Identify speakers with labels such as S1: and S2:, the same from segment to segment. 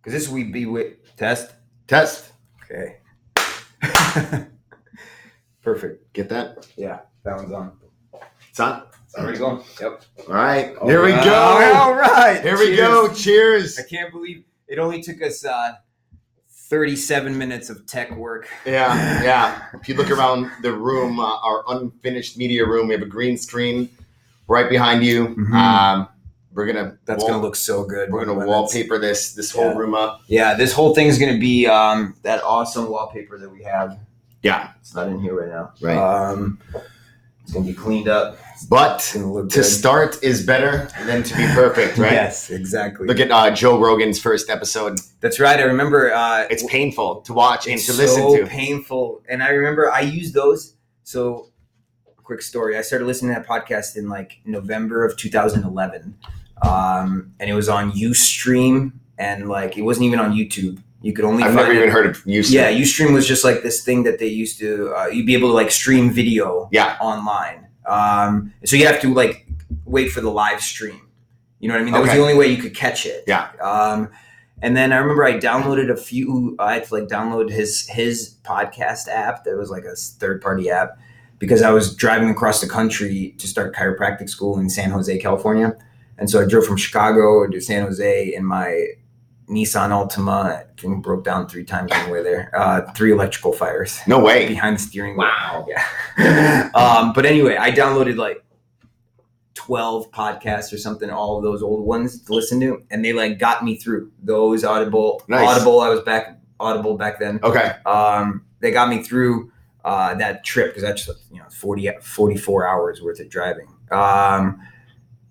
S1: Because this we be with test.
S2: Test.
S1: Okay. Perfect.
S2: Get that?
S1: That one's on.
S2: It's on.
S1: It's already going. Yep.
S2: All right. Here we
S1: All right,
S2: go.
S1: All right.
S2: Here we
S1: Cheers.
S2: go. Cheers.
S1: I can't believe it only took us uh, 37 minutes of tech work.
S2: Yeah, yeah. If you look around the room, uh, our unfinished media room, we have a green screen right behind you.
S1: Mhm.
S2: Um, we're gonna
S1: That's
S2: wall-
S1: gonna look so good.
S2: We're gonna
S1: when it's-
S2: wallpaper this this whole
S1: Yeah.
S2: room up.
S1: Yeah, this whole thing's gonna be um, that awesome wallpaper that we have.
S2: Yeah.
S1: It's not in here right now.
S2: Right.
S1: Um, it's gonna be cleaned up. It's
S2: Uh, But
S1: gonna look
S2: to
S1: good.
S2: start is better than to be perfect, right?
S1: Yes, exactly.
S2: Look at uh, Joe Rogan's first episode.
S1: That's right. I remember uh,
S2: It's painful to watch and
S1: it's
S2: to listen
S1: so
S2: to.
S1: painful. And I remember I used those. So, quick story. I started listening to that podcast in like November of 2011, um, and it was on UStream, and like it wasn't even on YouTube. You could only
S2: I've
S1: find
S2: never
S1: it-
S2: even heard of you.
S1: Yeah, UStream was just like this thing that they used to. Uh, you'd be able to like stream video
S2: Yeah.
S1: online. Um, so you have to like wait for the live stream. You know what I mean? That was
S2: Okay.
S1: the only way you could catch it.
S2: Yeah.
S1: Um, and then I remember I downloaded a few. I had to like download his his podcast app that was like a third party app because I was driving across the country to start chiropractic school in San Jose, California. And so I drove from Chicago to San Jose in my Nissan Altima. Thing broke down three times on the way there. Uh, three electrical fires
S2: No way.
S1: behind the steering wheel.
S2: Wow.
S1: Yeah. um, but anyway, I downloaded like 12 podcasts or something, all of those old ones to listen to, and they like got me through those Audible.
S2: Nice.
S1: Audible, I was back Audible back then.
S2: Okay.
S1: Um, they got me through uh, that trip because that's you know 40, 44 hours worth of driving. Um,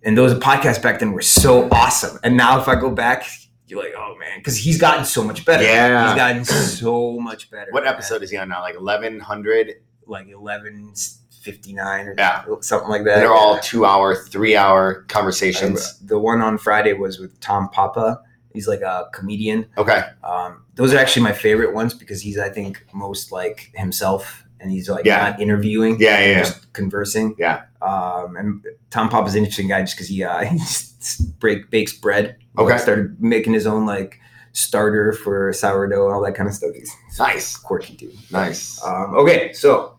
S1: and those podcasts back then were so awesome. And now if I go back, you're like, oh man, because he's gotten so much better.
S2: Yeah.
S1: He's gotten so much better.
S2: What episode is he on now? Like eleven hundred.
S1: like eleven fifty nine or
S2: Yeah.
S1: something like that.
S2: They're all two hour, three hour conversations.
S1: the one on Friday was with Tom Papa. He's like a comedian.
S2: Okay.
S1: Um, those are actually my favorite ones because he's I think most like himself and he's like
S2: Yeah.
S1: not interviewing.
S2: Yeah, yeah, yeah.
S1: Just conversing.
S2: Yeah.
S1: Um, and Tom Papa's an interesting guy just because he uh, he just break bakes bread. He, like,
S2: Okay.
S1: started making his own like starter for sourdough, all that kind of stuff. He's
S2: Nice.
S1: quirky dude.
S2: Nice.
S1: Um, okay, so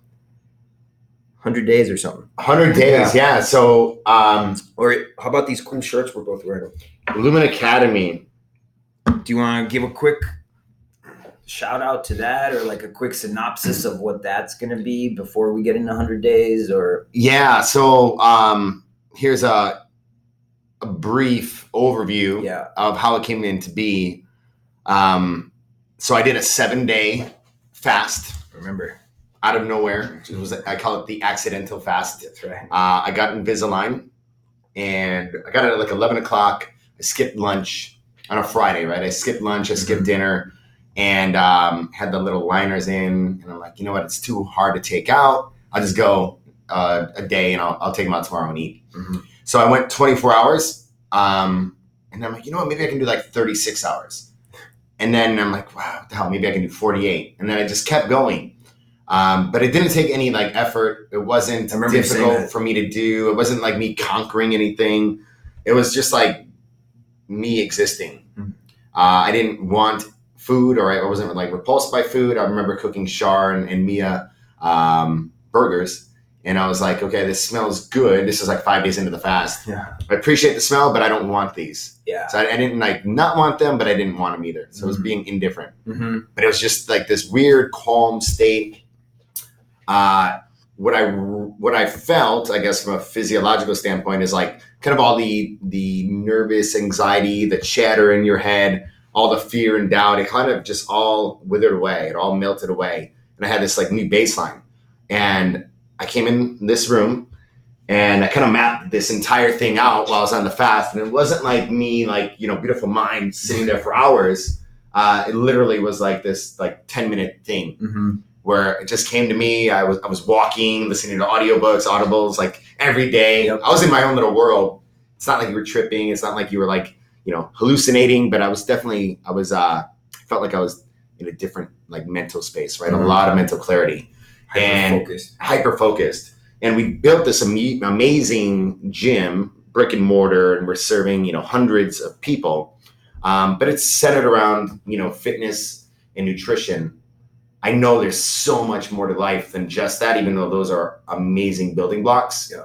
S1: hundred days or something.
S2: 100 days, yeah. So, um,
S1: Or how about these cool shirts we're both wearing?
S2: Lumen Academy.
S1: Do you want to give a quick shout out to that, or like a quick synopsis of what that's going to be before we get into 100 days? Or
S2: Yeah. So, um, here's a, a brief overview
S1: yeah,
S2: of how it came into be. Um, so, I did a seven day fast
S1: remember
S2: out of nowhere. It was I call it the accidental fast.
S1: that's right.
S2: Uh, I got Invisalign, and I got it at like eleven o'clock. I skipped lunch on a Friday, right? I skipped lunch, I skipped
S1: Mhm.
S2: dinner, and um, had the little liners in. And I'm like, you know what? It's too hard to take out. I'll just go uh, a day, and I'll, I'll take them out tomorrow and eat.
S1: Mhm.
S2: So I went 24 hours, um, and I'm like, you know what? Maybe I can do like 36 hours. And then I'm like, wow, what the hell? Maybe I can do 48. And then I just kept going. Um, but it didn't take any like effort. It wasn't
S1: I remember you saying
S2: difficult
S1: that.
S2: for me to do. It wasn't like me conquering anything. It was just like me existing.
S1: Mhm.
S2: Uh, I didn't want food, or I wasn't like repulsed by food. I remember cooking Char and, and Mia um, burgers, and I was like, okay, this smells good. This is like five days into the fast.
S1: Yeah,
S2: I appreciate the smell, but I don't want these.
S1: yeah.
S2: So I, I didn't like not want them, but I didn't want them either. So it was
S1: Mhm.
S2: being indifferent
S1: hmm
S2: but it was just like this weird calm state. Uh, what I what I felt, I guess, from a physiological standpoint, is like kind of all the the nervous anxiety, the chatter in your head, all the fear and doubt. It kind of just all withered away. It all melted away, and I had this like new baseline. And I came in this room, and I kind of mapped this entire thing out while I was on the fast. And it wasn't like me, like you know, beautiful mind sitting there for hours. Uh, it literally was like this like 10 minute thing
S1: hmm
S2: where it just came to me. I was I was walking, listening to audiobooks, audibles, like every day.
S1: Yep.
S2: I was in my own little world. It's not like you were tripping. It's not like you were like, you know, hallucinating, but I was definitely I was uh felt like I was in a different like mental space, right? A
S1: Mhm.
S2: lot of mental clarity And-
S1: focused.
S2: hyper focused. And we built this am- amazing gym, brick and mortar, and we're serving you know hundreds of people. Um, but it's centered around you know fitness and nutrition. I know there's so much more to life than just that, even though those are amazing building blocks.
S1: Yeah.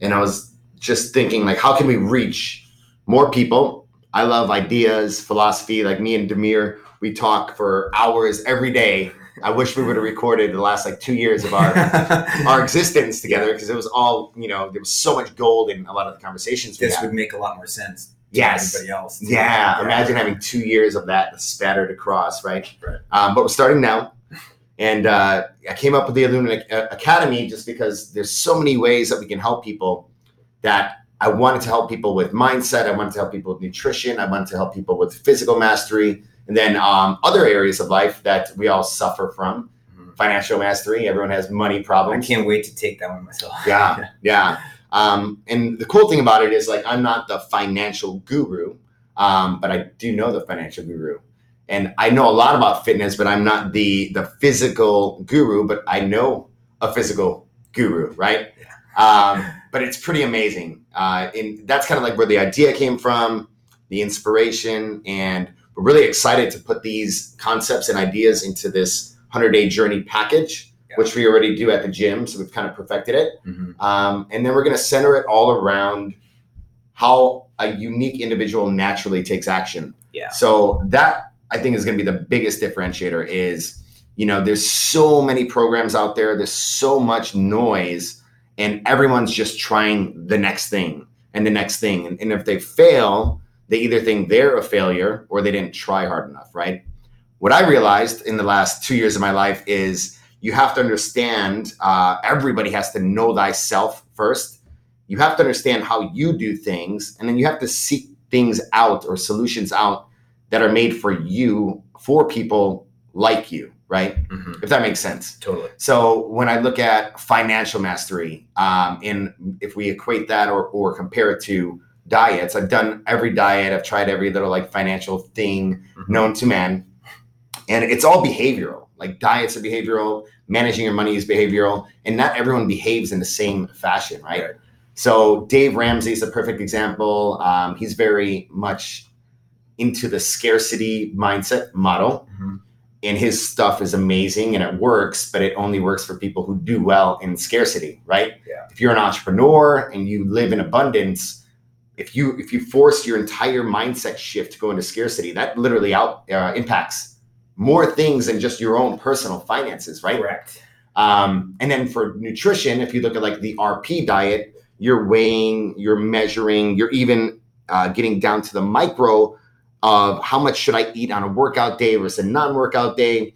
S2: And I was just thinking, like, how can we reach more people? I love ideas, philosophy. Like me and Demir, we talk for hours every day. I wish we would have recorded the last like two years of our our existence together because it was all you know there was so much gold in a lot of the conversations we
S1: this
S2: had.
S1: would make a lot more sense. to
S2: Yes.
S1: Everybody else.
S2: yeah imagine having two years of that spattered across right,
S1: Right.
S2: Um, but we're starting now and uh, i came up with the illumina A- academy just because there's so many ways that we can help people that i wanted to help people with mindset i wanted to help people with nutrition i wanted to help people with physical mastery and then um, other areas of life that we all suffer from
S1: Mhm.
S2: financial mastery everyone has money
S1: I
S2: problems
S1: can't wait to take that one myself.
S2: yeah, yeah. Um, and the cool thing about it is, like, I'm not the financial guru, um, but I do know the financial guru, and I know a lot about fitness, but I'm not the the physical guru, but I know a physical guru, right? Um, but it's pretty amazing, uh, and that's kind of like where the idea came from, the inspiration, and we're really excited to put these concepts and ideas into this 100 day journey package,
S1: Yeah.
S2: which we already do at the gym, so we've kind of perfected it.
S1: Mhm.
S2: Um, and then we're going to center it all around how a unique individual naturally takes action.
S1: Yeah.
S2: So that I think is going to be the biggest differentiator is, you know, there's so many programs out there. There's so much noise and everyone's just trying the next thing and the next thing. And, and if they fail, they either think they're a failure or they didn't try hard enough. Right. What I realized in the last two years of my life is you have to understand uh, everybody has to know thyself first you have to understand how you do things and then you have to seek things out or solutions out that are made for you for people like you right
S1: Mhm.
S2: if that makes sense
S1: Totally.
S2: so when i look at financial mastery um, and if we equate that or, or compare it to diets i've done every diet i've tried every little like financial thing
S1: Mhm.
S2: known to man. And it's all behavioral. Like diets are behavioral, managing your money is behavioral, and not everyone behaves in the same fashion, right?
S1: Right.
S2: So Dave Ramsey is a perfect example. Um, he's very much into the scarcity mindset model,
S1: Mhm.
S2: and his stuff is amazing and it works, but it only works for people who do well in scarcity, right?
S1: Yeah.
S2: If you're an entrepreneur and you live in abundance, if you if you force your entire mindset shift to go into scarcity, that literally out uh, impacts more things than just your own personal finances, right?
S1: Correct.
S2: Um, and then for nutrition, if you look at like the RP diet, you're weighing, you're measuring, you're even uh, getting down to the micro of how much should I eat on a workout day versus a non-workout day,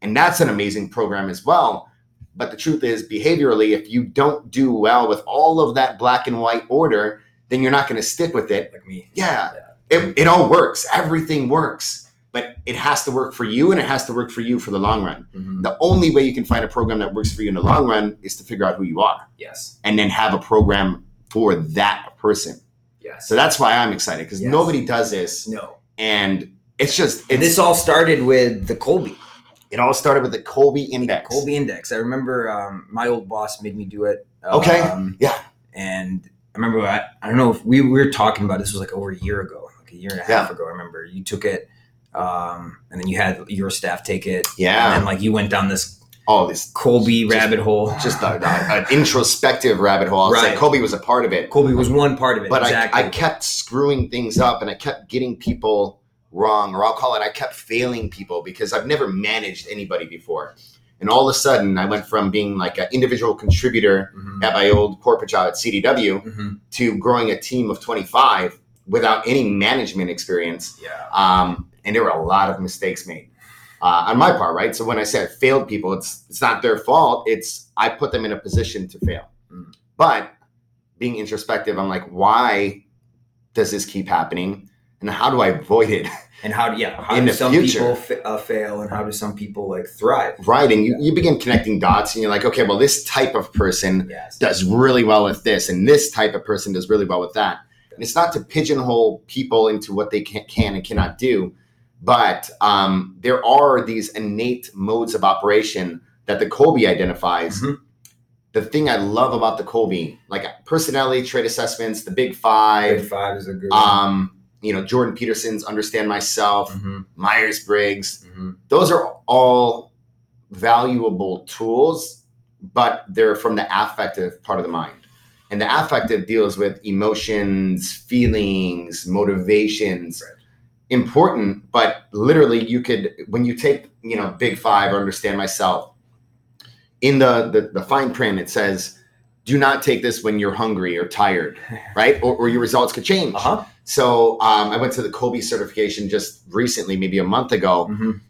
S2: and that's an amazing program as well. But the truth is, behaviorally, if you don't do well with all of that black and white order, then you're not going to stick with it,
S1: Like me.
S2: yeah, it, it all works. Everything works, but it has to work for you and it has to work for you for the long run.
S1: Mhm.
S2: The only way you can find a program that works for you in the long run is to figure out who you are
S1: Yes.
S2: and then have a program for that person.
S1: Yes.
S2: So that's why I'm excited because
S1: Yes.
S2: nobody does this
S1: no.
S2: and it's just it's,
S1: And this all started with the Colby.
S2: it all started with the Colby index.
S1: Colby Index. I remember um, my old boss made me do it.
S2: Okay.
S1: Um,
S2: Yeah.
S1: And I remember I, I don't know if we, we were talking about this was like over a year ago, like a year and a half ago. I remember you took it, um, and then you had your staff take it, and
S2: Yeah.
S1: then like you went down this
S2: All this
S1: Colby
S2: Just-
S1: rabbit hole.
S2: just a, a- an introspective rabbit hole. It's like
S1: Right.
S2: Colby was a part of it.
S1: Colby was one part of it.
S2: but
S1: exactly.
S2: I, I kept screwing things up and I kept getting people wrong, or I'll call it I kept failing people because I've never managed anybody before. And all of a sudden, I went from being like an individual contributor
S1: Mhm.
S2: at my old corporate job at CDW
S1: Mhm.
S2: to growing a team of 25 without any management experience.
S1: Yeah.
S2: Um, and there were a lot of mistakes made uh, on my part, right? So when I say I failed people, it's it's not their fault. It's I put them in a position to fail.
S1: Mm.
S2: But being introspective, I'm like, why does this keep happening, and how do I avoid it?
S1: And how do yeah? How
S2: In
S1: do
S2: the
S1: some
S2: future.
S1: people fa- uh, fail, and how do some people like thrive?
S2: right, and you, you begin connecting dots, and you're like, okay, well, this type of person
S1: Yes.
S2: does really well with this, and this type of person does really well with that. And it's not to pigeonhole people into what they can, can and cannot do, but um, there are these innate modes of operation that the Colby identifies.
S1: Mhm.
S2: The thing I love about the Colby, like personality trait assessments, the Big Five,
S1: Big five is a good. one.
S2: um, you know, Jordan Peterson's Understand Myself,
S1: Mhm,
S2: Myers Briggs.
S1: mhm.
S2: Those are all valuable tools, but they're from the affective part of the mind. And the affective deals with emotions, feelings, motivations.
S1: Right.
S2: Important, but literally you could when you take, you know, big five or understand myself, in the, the the fine print it says, do not take this when you're hungry or tired, right? Or, or your results could change.
S1: Uh-huh.
S2: So um, I went to the Kobe certification just recently, maybe a month ago.
S1: Mhm.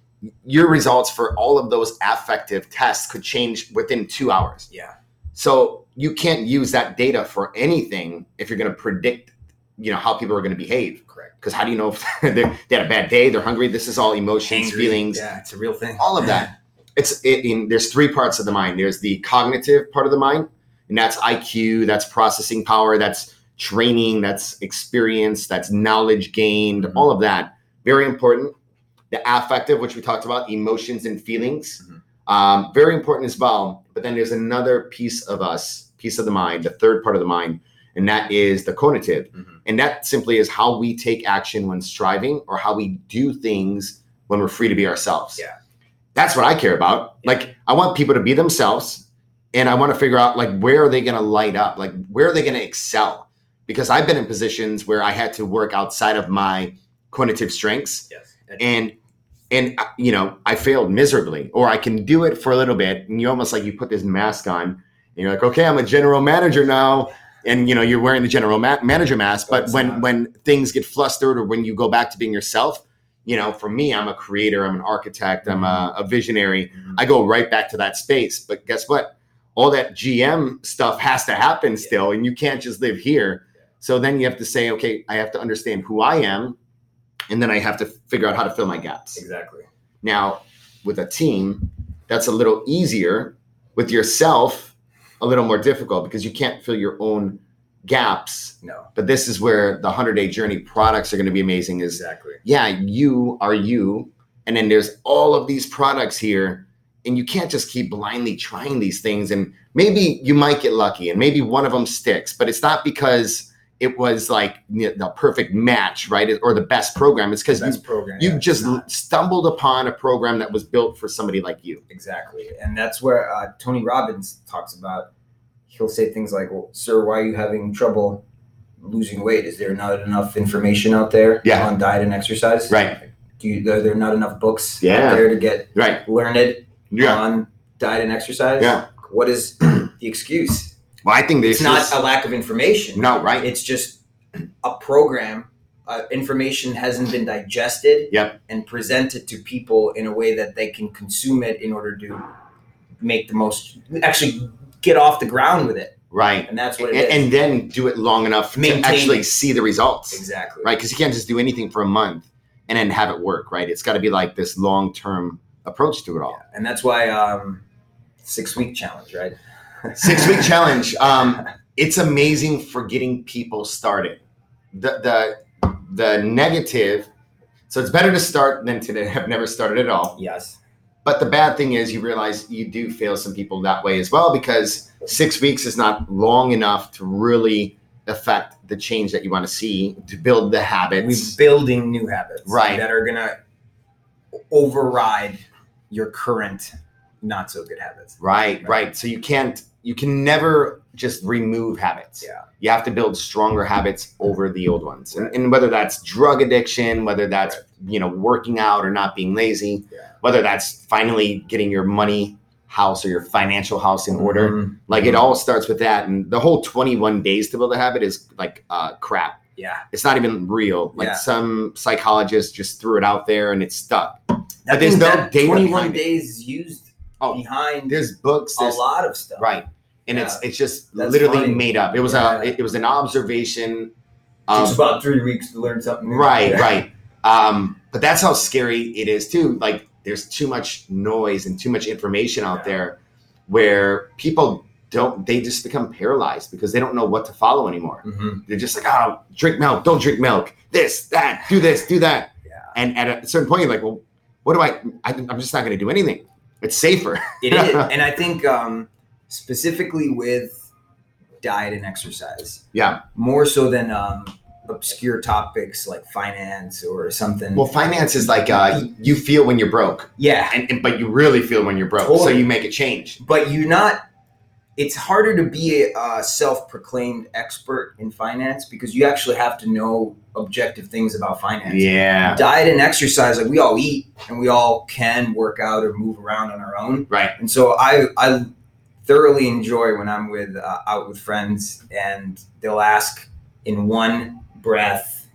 S2: Your results for all of those affective tests could change within two hours.
S1: Yeah.
S2: So you can't use that data for anything if you're going to predict, you know, how people are going to behave.
S1: Correct.
S2: Because how do you know if they're- they had a bad day, they're hungry? This is all emotions,
S1: Angry.
S2: feelings,
S1: Yeah, it's a real thing.
S2: all of that. It's it, in, there's three parts of the mind. There's the cognitive part of the mind, and that's IQ, that's processing power, that's training, that's experience, that's knowledge gained,
S1: Mhm.
S2: all of that. Very important. The affective, which we talked about, emotions and feelings, um, very important as well. But then there's another piece of us, piece of the mind, the third part of the mind, and that is the conative.
S1: Mhm.
S2: And that simply is how we take action when striving or how we do things when we're free to be ourselves.
S1: Yeah.
S2: That's what I care about. Like I want people to be themselves and I want to figure out like where are they going to light up? Like where are they going to excel? Because I've been in positions where I had to work outside of my cognitive strengths
S1: Yes.
S2: and and uh, you know i failed miserably or i can do it for a little bit and you almost like you put this mask on and you're like okay i'm a general manager now and you know you're wearing the general ma- manager mask
S1: But
S2: but
S1: it's
S2: when
S1: not.
S2: when things get flustered or when you go back to being yourself you know for me i'm a creator i'm an architect i'm a, a visionary
S1: Mhm.
S2: i go right back to that space but guess what all that gm stuff has to happen still and you can't just live here so then you have to say okay i have to understand who i am and then i have to figure out how to fill my gaps
S1: exactly.
S2: now, with a team, that's a little easier. With yourself, a little more difficult because you can't fill your own gaps.
S1: No.
S2: But this is where the 100 day journey products are going to be amazing is
S1: Exactly.
S2: yeah, you are you. And then there's all of these products here. And you can't just keep blindly trying these things. And maybe you might get lucky and maybe one of them sticks, but it's not because it was like you know, the perfect match, right? Or the best program. It's because you
S1: That's program.
S2: you
S1: yeah, it's
S2: just
S1: not.
S2: l- stumbled upon a program that was built for somebody like you.
S1: Exactly. And that's where uh, Tony Robbins talks about. He'll say things like, well, Sir, why are you having trouble losing weight? Is there not enough information out there
S2: Yeah.
S1: on diet and exercise?
S2: Right.
S1: Do you, are there not enough books
S2: Yeah.
S1: out there to get
S2: Right.
S1: learned
S2: Yeah.
S1: on diet and exercise?
S2: Yeah.
S1: What is the excuse?
S2: Well, I think this
S1: It's, not
S2: is
S1: a lack of information.
S2: no right.
S1: It's just a program. Uh, information hasn't been digested
S2: Yep.
S1: and presented to people in a way that they can consume it in order to make the most, actually get off the ground with it.
S2: right.
S1: And that's what
S2: And,
S1: it is.
S2: and then do it long enough
S1: Maintain
S2: to actually
S1: it.
S2: see the results,
S1: exactly.
S2: right? Because you can't just do anything for a month and then have it work, right? It's got to be like this long term approach to it all.
S1: And that's why um, six week challenge, right?
S2: Six week challenge. Um, it's amazing for getting people started. The the the negative. So it's better to start than to have never started at all.
S1: Yes.
S2: But the bad thing is, you realize you do fail some people that way as well because six weeks is not long enough to really affect the change that you want to see to build the
S1: We're
S2: habits.
S1: building new habits
S2: Right.
S1: that are going to override your current not so good habits.
S2: right, right. So you can't, you can never just remove habits.
S1: Yeah.
S2: You have to build stronger habits over the old ones, and, and whether that's drug addiction, whether that's you know working out or not being lazy,
S1: Yeah.
S2: whether that's finally getting your money house or your financial house in order.
S1: Mhm.
S2: Like it all starts with that, and the whole 21 days to build a habit is like uh, crap.
S1: Yeah.
S2: It's not even real. Like
S1: Yeah.
S2: some psychologist just threw it out there and it's stuck.
S1: That
S2: there's
S1: means
S2: no
S1: that
S2: data
S1: 21
S2: behind it.
S1: days used
S2: Oh,
S1: behind
S2: There's books,
S1: a
S2: there's
S1: lot of stuff.
S2: right, and it's
S1: Yeah.
S2: it's just
S1: That's
S2: literally
S1: funny.
S2: made up. It was
S1: Yeah.
S2: a it, it was an observation.
S1: Takes
S2: Of,
S1: about three weeks to learn something. new.
S2: Um, right,
S1: Yeah.
S2: right. Um, but that's how scary it is too. Like there's too much noise and too much information out
S1: Yeah.
S2: there, where people don't they just become paralyzed because they don't know what to follow anymore.
S1: Mhm.
S2: they're just like, oh, drink milk, don't drink milk, this, that, do this, do that.
S1: Yeah.
S2: And at a certain point, you're like, well, what do I, I I'm just not going to do anything. It's safer.
S1: It is. And I think um, specifically with diet and exercise,
S2: Yeah.
S1: more so than um, obscure topics like finance or something.
S2: Well, finance is like uh, you feel when you're broke,
S1: yeah,
S2: and, and but you really feel when you're broke, so
S1: Totally.
S2: you make a change.
S1: but you're not. It's harder to be a uh, self-proclaimed expert in finance because you actually have to know objective things about finance.
S2: Yeah,
S1: Diet and exercise, like we all eat and we all can work out or move around on our own.
S2: right.
S1: And so I I thoroughly enjoy when I'm with uh, out with friends and they'll ask in one breath,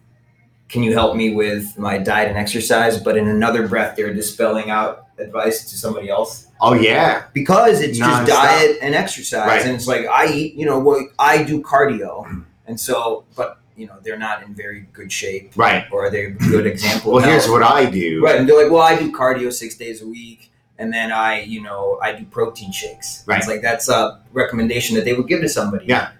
S1: "Can you help me with my diet and exercise?" But in another breath, they're dispelling out advice to somebody else
S2: Oh yeah,
S1: because it's
S2: Nonstop.
S1: just diet and exercise,
S2: Right. Mm-hmm.
S1: and it's like I eat, you know, what I do cardio, and so but you know they're not in very good shape
S2: right.
S1: or they're a good example.
S2: Well,
S1: of
S2: here's
S1: health.
S2: what I do.
S1: Right, and they're like, well, I do cardio six days a week, and then I, you know, I do protein shakes.
S2: Right.
S1: It's like that's a recommendation that they would give to somebody.
S2: Yeah.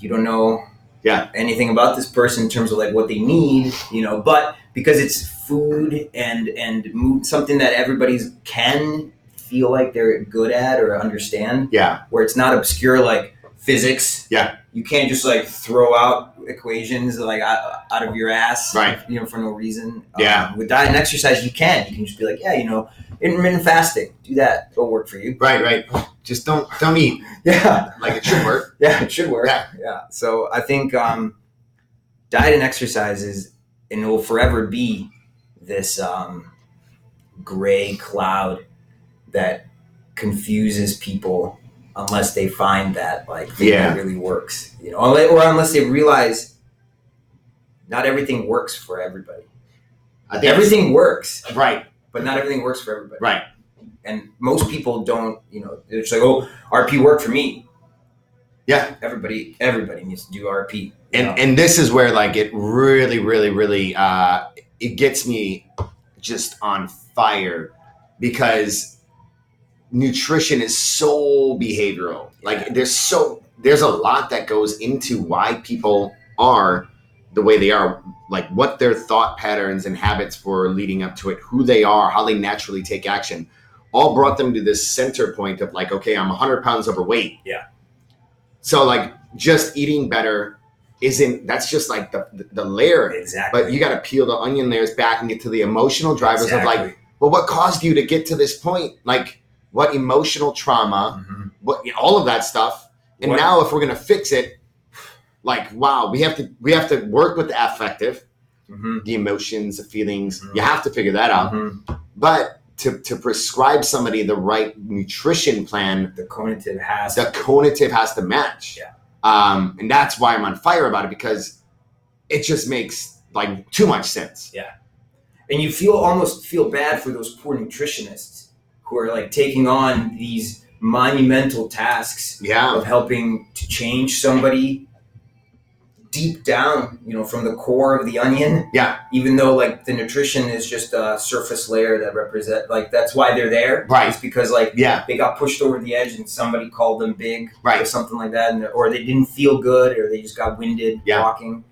S1: You don't know.
S2: Yeah.
S1: Anything about this person in terms of like what they need, you know, but because it's food and and mood, something that everybody can feel like they're good at or understand,
S2: Yeah,
S1: where it's not obscure like physics.
S2: Yeah.
S1: You can't just like throw out equations like out, out of your ass
S2: right.
S1: you know, for no reason.
S2: Yeah.
S1: Um, with diet and exercise, you can. You can just be like, yeah, you know, intermittent fasting, do that. It'll work for you.
S2: Right, right. Just don't don't eat
S1: Yeah.
S2: like it should work.
S1: Yeah, it should work.
S2: Yeah.
S1: So I think um, diet and exercise is, and it will forever be this um, gray cloud that confuses people unless they find that like thing
S2: Yeah.
S1: that really works, you know, unle- or unless they realize not everything works for everybody.
S2: I think
S1: Everything works.
S2: it's- Right,
S1: but not everything works for everybody.
S2: right.
S1: And most people don't, you know, they're just like, oh, RP worked for me.
S2: Yeah.
S1: Everybody, everybody needs to do RP. you
S2: And
S1: know?
S2: and this is where like it really, really, really uh, it gets me just on fire because nutrition is so behavioral. Like there's so there's a lot that goes into why people are the way they are, like what their thought patterns and habits were leading up to it, who they are, how they naturally take action, all brought them to this center point of like, okay, I'm 100 pounds overweight.
S1: Yeah.
S2: So like just eating better isn't that's just like the the, the layer
S1: exactly.
S2: but you got to peel the onion layers back and get to the emotional drivers of like,
S1: Exactly.
S2: well, what caused you to get to this point? Like, what emotional trauma?
S1: Mhm.
S2: What all of that stuff? And
S1: What-
S2: now, if we're gonna fix it, like, wow, we have to we have to work with the affective,
S1: Mhm.
S2: the emotions, the feelings.
S1: Mhm.
S2: You have to figure that out.
S1: Mhm.
S2: But to to prescribe somebody the right nutrition plan,
S1: The cognitive has.
S2: the conative has to match.
S1: Yeah.
S2: Um, and that's why I'm on fire about it because it just makes like too much sense.
S1: and you feel almost feel bad for those poor nutritionists who are like taking on these monumental tasks
S2: Yeah.
S1: of helping to change somebody deep down, you know, from the core of the onion.
S2: Yeah.
S1: Even though like the nutrition is just a surface layer that represent like that's why they're there.
S2: Right.
S1: It's because like
S2: Yeah.
S1: they got pushed over the edge and somebody called them big or
S2: Right.
S1: something like that, and, or they didn't feel good or they just got winded
S2: Yeah.
S1: walking.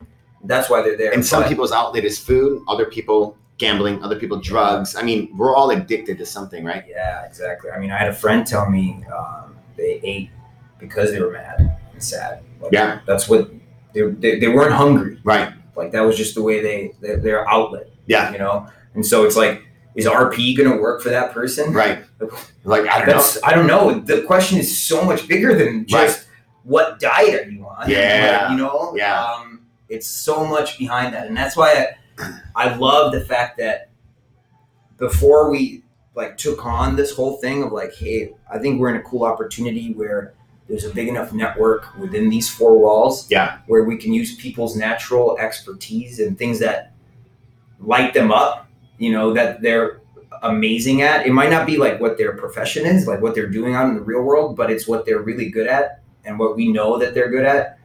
S1: That's why they're there.
S2: And some
S1: But-
S2: people's outlet is food, other people gambling, other people drugs. I mean, we're all addicted to something, right?
S1: Yeah, exactly. I mean, I had a friend tell me um, they ate because they were mad and sad. Like,
S2: Yeah.
S1: That's what they, they, they weren't hungry.
S2: Right.
S1: Like that was just the way they their, their outlet.
S2: Yeah.
S1: You know, and so it's like, is RP gonna work for that person?
S2: Right. Like I don't
S1: That's I don't know. The question is so much bigger than just what diet are you on?
S2: Yeah.
S1: Like, you know.
S2: Yeah.
S1: Um, it's so much behind that, and that's why I, I love the fact that before we like took on this whole thing of like, hey, I think we're in a cool opportunity where there's a big enough network within these four walls,
S2: Yeah.
S1: where we can use people's natural expertise and things that light them up, you know, that they're amazing at. It might not be like what their profession is, like what they're doing out in the real world, but it's what they're really good at and what we know that they're good at.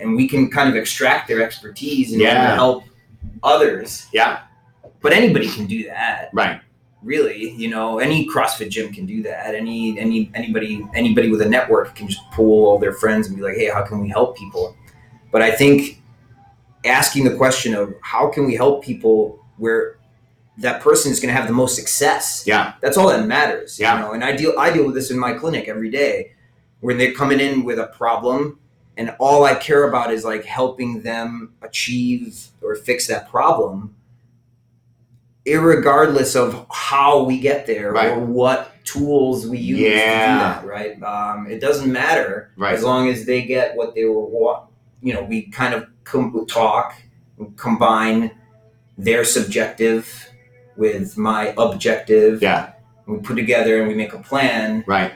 S1: And we can kind of extract their expertise and
S2: Yeah.
S1: help others.
S2: know. Yeah.
S1: But anybody can do that,
S2: Right.
S1: really. You know, any CrossFit gym can do that. Any any anybody anybody with a network can just pull all their friends and be like, hey, how can we help people? But I think asking the question of how can we help people where that person is going to have the most success
S2: Yeah.
S1: that's all that matters.
S2: Yeah.
S1: You know, and I deal I deal with this in my clinic every day. When they're coming in with a problem and all I care about is like helping them achieve or fix that problem, irregardless of how we get there
S2: Right.
S1: or what tools we use
S2: Yeah.
S1: to do that. Right? Um, it doesn't matter
S2: Right.
S1: as long as they get what they were. Wa- you know, we kind of com- talk, combine their subjective with my objective.
S2: Yeah.
S1: We put together and we make a plan.
S2: Right.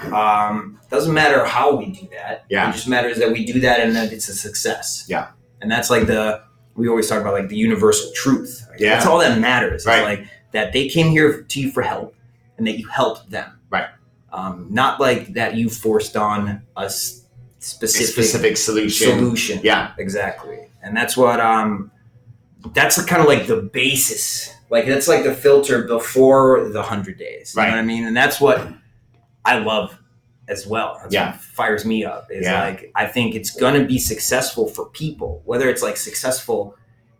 S1: Um, doesn't matter how we do that.
S2: Yeah.
S1: It just matters that we do that and that it's a success.
S2: Yeah.
S1: And that's like the we always talk about like the universal truth. Like,
S2: Yeah.
S1: That's all that matters.
S2: Right.
S1: It's like that they came here to you for help and that you helped them.
S2: Right.
S1: Um, not like that you forced on a s-
S2: Specific,
S1: specific,
S2: solution.
S1: solution.
S2: Yeah.
S1: Exactly. And that's what um that's kind of like the basis. Like that's like the filter before the 100 days. You
S2: Right.
S1: know what I mean? And that's what I love as well. That's
S2: Yeah.
S1: what fires me up is
S2: Yeah.
S1: like I think it's going to be successful for people, whether it's like successful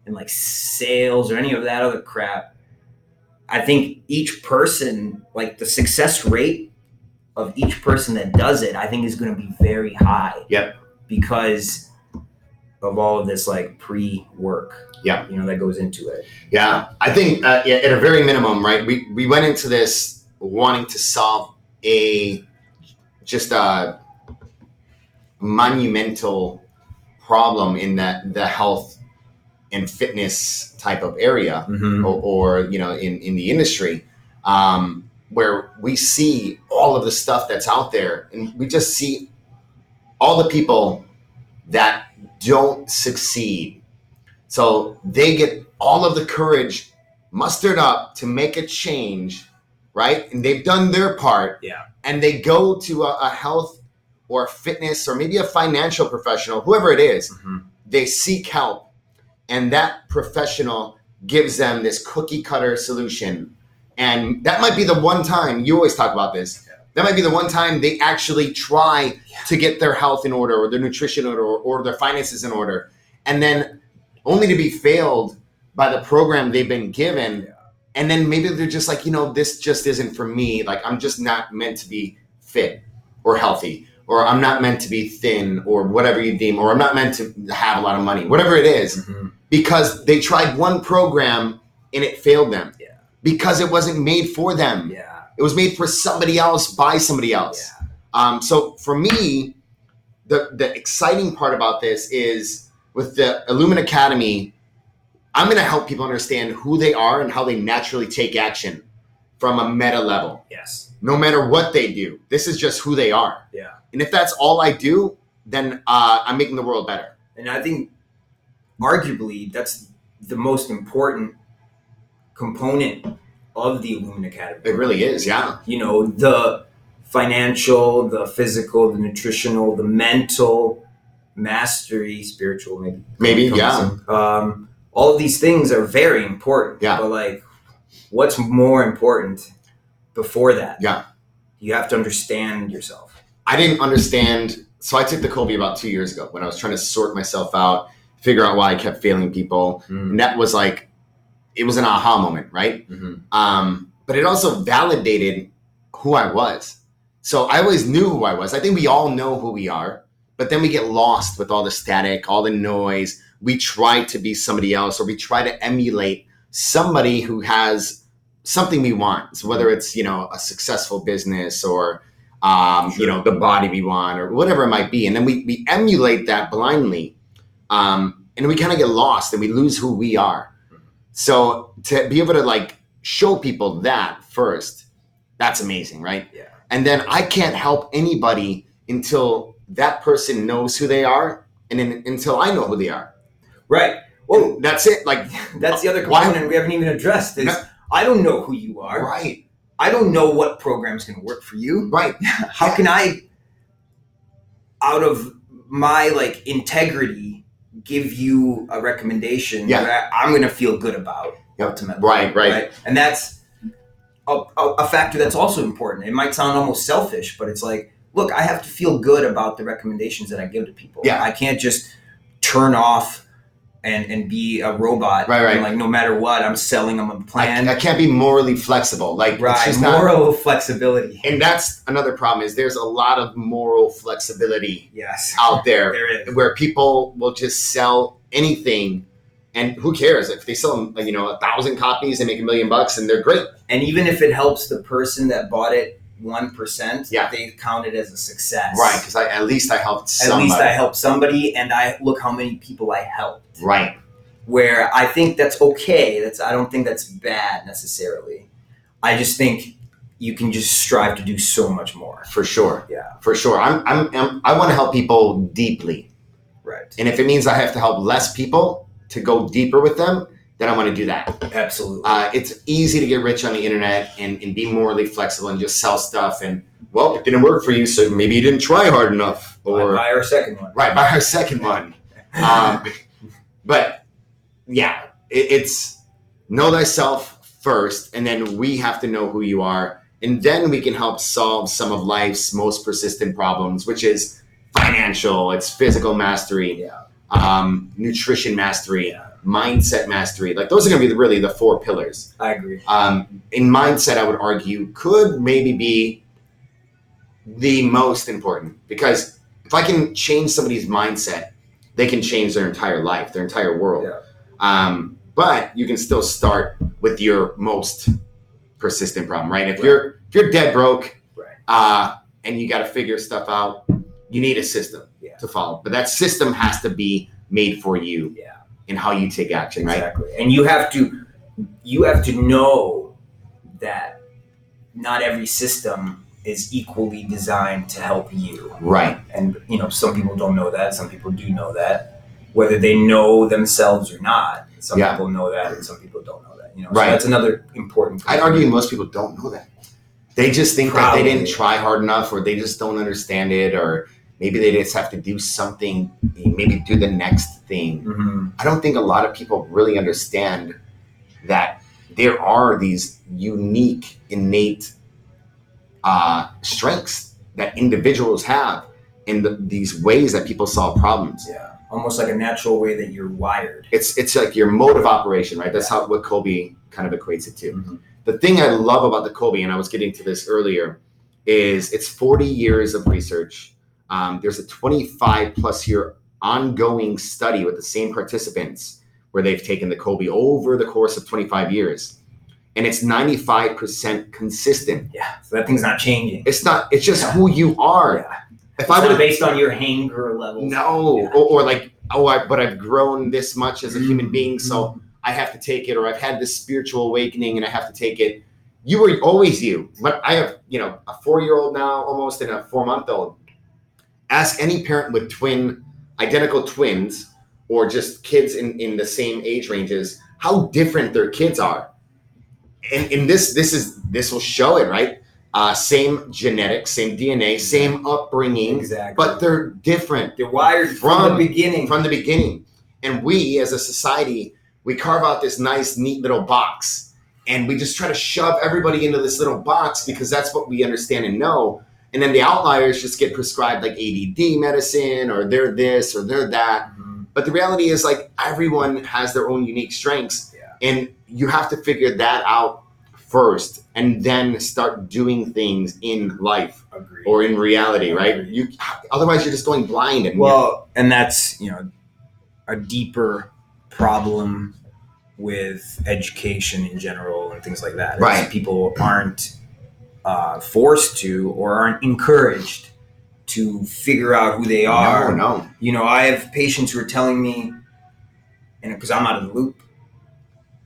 S1: in like sales or any of that other crap. I think each person, like the success rate of each person that does it, I think is going to be very high.
S2: Yep.
S1: Because of all of this like pre work.
S2: Yeah.
S1: You know, that goes into it.
S2: Yeah, I think uh, yeah, at a very minimum, right? We we went into this wanting to solve a just a monumental problem in that the health and fitness type of area,
S1: Mm-hmm.
S2: or, or you know, in in the industry, um, where we see all of the stuff that's out there, and we just see all the people that don't succeed. So they get all of the courage mustered up to make a change, right? And they've done their part.
S1: Yeah.
S2: And they go to a, a health or fitness or maybe a financial professional, whoever it is, they seek help. And that professional gives them this cookie cutter solution. And that might be the one time you always talk about this.
S1: Yeah.
S2: That might be the one time they actually try
S1: Yeah.
S2: to get their health in order or their nutrition in order or, or their finances in order and then only to be failed by the program they've been given
S1: Yeah.
S2: and then maybe they're just like you know this just isn't for me like i'm just not meant to be fit or healthy or i'm not meant to be thin or whatever you deem or i'm not meant to have a lot of money whatever it is
S1: hmm
S2: because they tried one program and it failed them
S1: Yeah.
S2: because it wasn't made for them
S1: Yeah.
S2: it was made for somebody else by somebody else
S1: Yeah.
S2: um, so for me, the the exciting part about this is with the Illumina Academy, I'm going to help people understand who they are and how they naturally take action from a meta level.
S1: Yes.
S2: No matter what they do, this is just who they are.
S1: Yeah.
S2: And if that's all I do, then uh, I'm making the world better.
S1: And I think arguably that's the most important component of the Illumina Academy.
S2: It really is, yeah,
S1: you know the financial the physical the nutritional the mental mastery spiritual maybe
S2: Maybe, yeah.
S1: um, all of these things are very important
S2: Yeah.
S1: but like what's more important before that
S2: yeah.
S1: you have to understand yourself
S2: I didn't understand. So I took the Colby about two years ago when I was trying to sort myself out, figure out why I kept failing people,
S1: Mm-hmm.
S2: and that was like, it was an aha moment, right?
S1: Mhm.
S2: um, but it also validated who I was. So I always knew who I was. I think we all know who we are, but then we get lost with all the static, all the noise. We try to be somebody else, or we try to emulate somebody who has something we want. So whether it's you know a successful business or um, you
S1: Sure.
S2: know the body we want or whatever it might be, and then we we emulate that blindly, um, and we kind of get lost and we lose who we are. So to be able to like show people that first, that's amazing, right?
S1: Yeah.
S2: And then I can't help anybody until that person knows who they are and then until I know who they are.
S1: right
S2: Well,
S1: well
S2: that's it. Like,
S1: that's the other
S2: Why-
S1: component we haven't even addressed is
S2: No.
S1: i don't know who you are
S2: right,
S1: i don't know what program's going to work for you
S2: right,
S1: how can I, out of my like integrity, give you a recommendation
S2: Yeah.
S1: that I'm going to feel good about
S2: Yep.
S1: ultimately?
S2: right, right.
S1: And that's a, a, a factor that's also important. It might sound almost selfish, but it's like, look, I have to feel good about the recommendations that I give to people.
S2: Yeah.
S1: I can't just turn off and and be a robot.
S2: Right, right.
S1: And like no matter what, I'm selling them a plan.
S2: I, I can't be morally flexible. Like it's
S1: right,
S2: just not.
S1: moral flexibility.
S2: And that's another problem is there's a lot of moral flexibility
S1: Yes,
S2: out there
S1: there it is.
S2: where people will just sell anything, and who cares if they sell you know a thousand copies and make a million bucks and they're great.
S1: And even if it helps the person that bought it one percent,
S2: Yeah.
S1: they count it as a success.
S2: Right, because I at least I helped
S1: At
S2: somebody.
S1: least I helped somebody, and I look how many people I helped.
S2: right.
S1: where I think that's okay. That's I don't think that's bad necessarily. I just think you can just strive to do so much more.
S2: For sure.
S1: Yeah.
S2: For sure. I'm, I'm, I'm I want to help people deeply.
S1: Right.
S2: And if it means I have to help less people to go deeper with them, then I want to do that.
S1: Absolutely.
S2: Uh, it's easy to get rich on the internet and, and be morally flexible and just sell stuff. And well, it didn't work for you, so maybe you didn't try hard enough. Or
S1: buy our second one.
S2: right, buy our second one. Um, but yeah, it, it's know thyself first, and then we have to know who you are, and then we can help solve some of life's most persistent problems, which is financial, it's physical mastery,
S1: Yeah.
S2: um, nutrition mastery, mindset mastery. Like those are going to be the, really the four pillars
S1: I agree.
S2: um, in mindset, I would argue, could maybe be the most important because if I can change somebody's mindset, they can change their entire life, their entire world.
S1: Yeah.
S2: Um, but you can still start with your most persistent problem, right? If
S1: Right.
S2: you're if you're dead broke,
S1: Right.
S2: uh, and you got to figure stuff out, you need a system
S1: Yeah.
S2: to follow. But that system has to be made for you
S1: Yeah.
S2: and how you take action, right?
S1: Exactly. And you have to you have to know that not every system is equally designed to help you.
S2: Right.
S1: And you know, some people don't know that, some people do know that, whether they know themselves or not. Some
S2: Yeah.
S1: people know that and some people don't know that. You know,
S2: Right.
S1: so that's another important
S2: I'd argue most people don't know that. They just think that they didn't
S1: Probably.
S2: try hard enough, or they just don't understand it, or maybe they just have to do something, maybe do the next thing.
S1: hmm
S2: I don't think a lot of people really understand that there are these unique, innate uh, strengths that individuals have in the, these ways that people solve problems.
S1: Yeah, almost like a natural way that you're wired.
S2: It's it's like your mode of operation, right? That's how what Kobe kind of equates it to.
S1: Mhm.
S2: the thing I love about the Kobe, and I was getting to this earlier, is it's 40 years of research. Um, there's a 25 plus year ongoing study with the same participants where they've taken the Kobe over the course of 25 years. And it's 95% consistent.
S1: Yeah, so that thing's not changing.
S2: It's not, it's just who you are.
S1: Yeah.
S2: If
S1: It's
S2: I
S1: not
S2: would
S1: based on your hanger level.
S2: no,
S1: Yeah.
S2: or, or like, oh, I, but I've grown this much as a human being, so
S1: Mhm.
S2: I have to take it, or I've had this spiritual awakening and I have to take it. You were always you. But I have, you know, a four year old now almost and a four month old. Ask any parent with twin, identical twins, or just kids in, in the same age ranges how different their kids are. And, and this this is this will show it right. Uh, same genetics, same DNA, same upbringing,
S1: exactly.
S2: but they're different
S1: they're wired
S2: From-
S1: from the beginning.
S2: from the beginning. And we, as a society, we carve out this nice, neat little box, and we just try to shove everybody into this little box because that's what we understand and know. And then the outliers just get prescribed like ADD medicine, or they're this, or they're that.
S1: Mhm.
S2: But the reality is, like everyone has their own unique strengths, and you have to figure that out first, and then start doing things in life
S1: Agreed.
S2: or in reality, right? You otherwise you're just going blind and
S1: well, and that's you know a deeper problem with education in general and things like that. It's
S2: Right.
S1: people aren't uh, forced to or aren't encouraged to figure out who they are.
S2: no, no.
S1: You know, I have patients who are telling me, and because I'm out of the loop,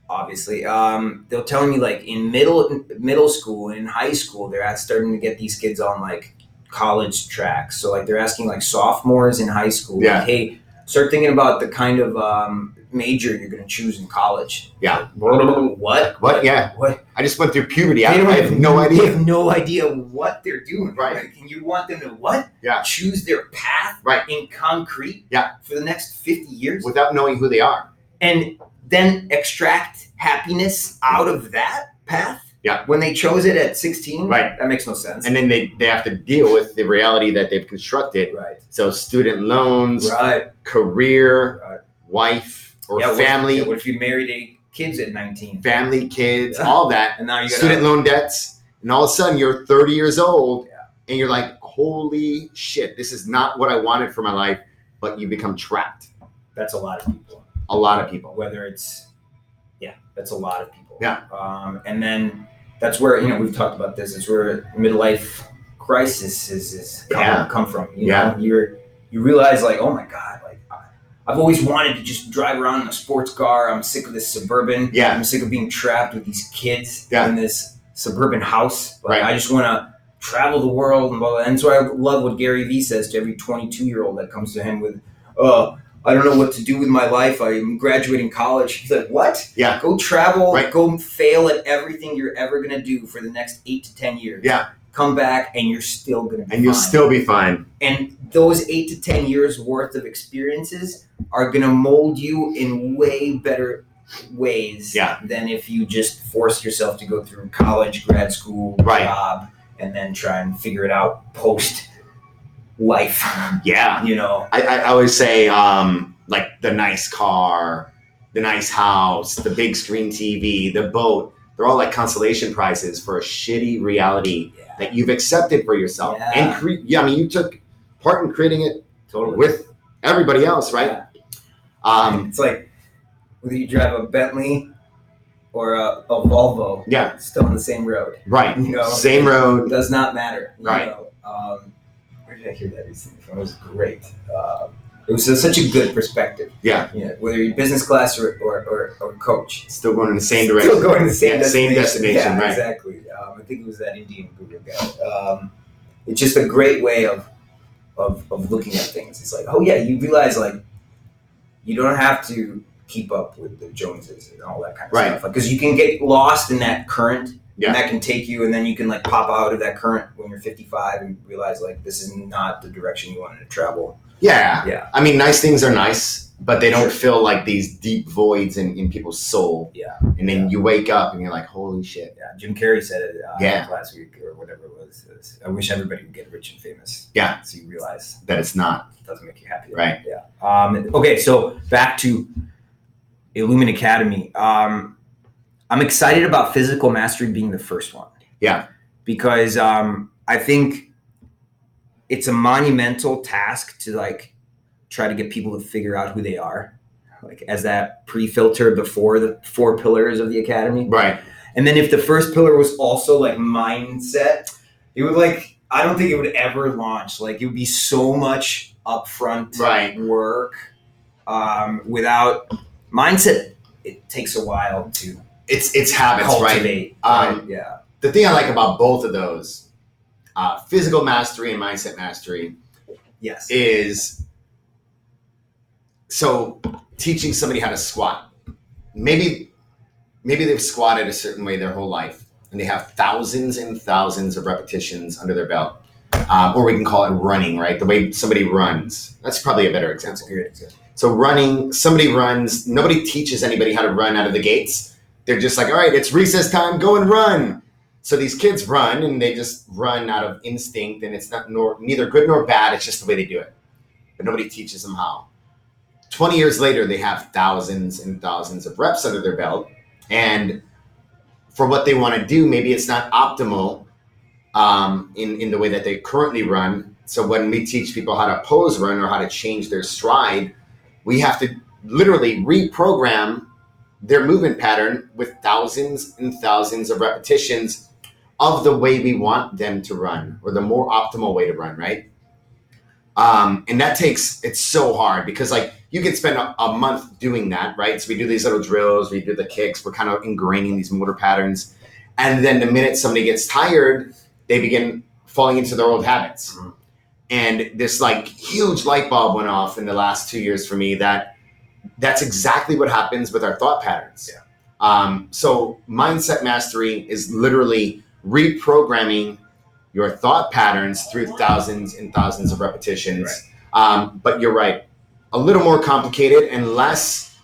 S1: obviously, um, they'll tell me like in middle middle school and in high school, they're at- starting to get these kids on like college tracks. So like they're asking like sophomores in high school,
S2: Yeah.
S1: like, hey, start thinking about the kind of um, major you're going to choose in college.
S2: Yeah.
S1: Like, what?
S2: What? Yeah.
S1: What?
S2: I just went through puberty. I,
S1: They don't
S2: I have no
S1: They
S2: idea.
S1: have no idea what they're doing.
S2: Right.
S1: Like, and you want them to what?
S2: Yeah.
S1: Choose their path.
S2: Right.
S1: In concrete.
S2: Yeah.
S1: For the next fifty years,
S2: Without knowing who they are.
S1: and then extract happiness out of that path.
S2: Yeah.
S1: When they chose it at sixteen.
S2: Right.
S1: That makes no sense.
S2: And then they, they have to deal with the reality that they've constructed.
S1: right.
S2: So student loans,
S1: Right.
S2: career,
S1: Right.
S2: wife, or
S1: yeah, what-
S2: family,
S1: yeah, What, if you married eight kids at 19?
S2: family, kids,
S1: Yeah.
S2: all that.
S1: And now you got
S2: student loan debts, and all of a sudden you're 30 years old,
S1: Yeah.
S2: and you're like, "Holy shit, this is not what I wanted for my life." But you become trapped.
S1: That's a lot of people.
S2: A lot of people.
S1: whether it's yeah that's a lot of people
S2: Yeah.
S1: um, and then that's where you know we've talked about this it's where midlife crisis is, is come,
S2: Yeah.
S1: come from you
S2: Yeah.
S1: know you're you realize like oh my god like I- i've always wanted to just drive around in a sports car i'm sick of this suburban
S2: Yeah.
S1: i'm sick of being trapped with these kids
S2: Yeah.
S1: in this suburban house like,
S2: Right.
S1: i just want to travel the world and blah, blah and so i love what gary vee says to every 22 year old that comes to him with uh I don't know what to do with my life. I'm graduating college. He's like, what?
S2: Yeah.
S1: Go travel.
S2: Right.
S1: Go fail at everything you're ever gonna do for the next eight to ten years.
S2: Yeah.
S1: Come back and you're still gonna be
S2: And you'll
S1: fine.
S2: still be fine.
S1: and those eight to ten years worth of experiences are gonna mold you in way better ways
S2: Yeah.
S1: than if you just force yourself to go through college, grad school,
S2: Right.
S1: job, and then try and figure it out post life.
S2: Yeah.
S1: you know.
S2: I, I I always say um, like the nice car, the nice house, the big screen TV, the boat. They're all like consolation prizes for a shitty reality
S1: Yeah.
S2: that you've accepted for yourself.
S1: Yeah.
S2: And cre- yeah, I mean, you took part in creating it
S1: Totally.
S2: with everybody else, right? Um,
S1: it's like whether you drive a Bentley or a, a Volvo,
S2: yeah,
S1: it's still on the same road.
S2: right.
S1: You know,
S2: Same
S1: It
S2: road.
S1: does not matter. you
S2: Right.
S1: know. Um, where did I hear that recently from? It was great. Um it was such a good perspective.
S2: Yeah.
S1: You know, whether you're business class or or, or, or coach,
S2: Still going in the same
S1: Still
S2: direction.
S1: going in the same
S2: Yeah,
S1: destination.
S2: destination,
S1: Yeah,
S2: right.
S1: Exactly. Um, I think it was that Indian guru guy. Um, it's just a great way of, of of looking at things. It's like, oh yeah, you realize like you don't have to keep up with the Joneses and all that kind of
S2: Right.
S1: stuff. Because you can get lost in that current.
S2: Yeah.
S1: And that can take you, and then you can like pop out of that current when you're 55 and realize like this is not the direction you wanted to travel.
S2: Yeah.
S1: Yeah.
S2: I mean, nice things are nice, but they don't fill like these deep voids in, in people's soul.
S1: Yeah.
S2: And then you wake up and you're like, holy shit.
S1: Yeah, Jim Carrey said it uh,
S2: Yeah.
S1: last week or whatever it was. It was, I wish everybody would get rich and famous.
S2: Yeah.
S1: So you realize
S2: that it's not
S1: doesn't make you happy.
S2: Right.
S1: Yeah. Um, okay, so back to Illumin Academy. Um, I'm excited about physical mastery being the first one.
S2: Yeah.
S1: Because um, I think it's a monumental task to like try to get people to figure out who they are, like as that pre-filter before the four pillars of the academy.
S2: right.
S1: And then if the first pillar was also like mindset, it would like I don't think it would ever launch. Like it would be so much upfront
S2: Right.
S1: work um, without mindset. It takes a while to
S2: It's it's habits, right?
S1: cultivate.
S2: Um,
S1: right? Yeah,
S2: The thing I like about both of those, uh, physical mastery and mindset mastery,
S1: yes,
S2: is so teaching somebody how to squat. Maybe maybe they've squatted a certain way their whole life, and they have thousands and thousands of repetitions under their belt. Um, or we can call it running, right? The way somebody runs. That's probably a better
S1: that's
S2: example.
S1: a good example.
S2: So running, somebody runs. Nobody teaches anybody how to run out of the gates. They're just like, all right, it's recess time, go and run. So these kids run, and they just run out of instinct, and it's not nor neither good nor bad. It's just the way they do it. But nobody teaches them how. Twenty years later, they have thousands and thousands of reps under their belt, and for what they want to do, maybe it's not optimal um, in in the way that they currently run. So when we teach people how to pose run or how to change their stride, we have to literally reprogram their movement pattern with thousands and thousands of repetitions of the way we want them to run or the more optimal way to run right um, and that takes it's so hard because like you can spend a, a month doing that right so we do these little drills we do the kicks we're kind of ingraining these motor patterns and then the minute somebody gets tired they begin falling into their old habits
S1: Mhm.
S2: and this like huge light bulb went off in the last two years for me that that's exactly what happens with our thought patterns
S1: Yeah.
S2: um, so mindset mastery is literally reprogramming your thought patterns through thousands and thousands of repetitions um, but you're right a little more complicated and less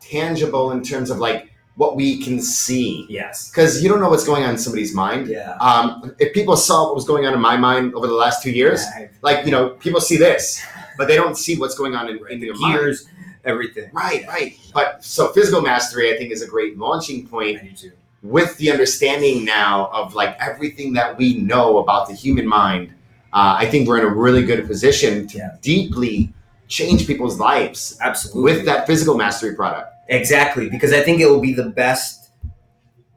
S2: tangible in terms of like what we can see
S1: Yes.
S2: because you don't know what's going on in somebody's mind
S1: Yeah.
S2: um, if people saw what was going on in my mind over the last two years
S1: Yeah,
S2: like you know people see this but they don't see what's going on in, in
S1: the
S2: your mind.
S1: gears, everything.
S2: Right, right. But so physical mastery, I think, is a great launching point
S1: I do too.
S2: with the understanding now of like everything that we know about the human mind. Uh, I think we're in a really good position to
S1: Yeah.
S2: deeply change people's lives
S1: Absolutely.
S2: with that physical mastery product.
S1: Exactly, because I think it will be the best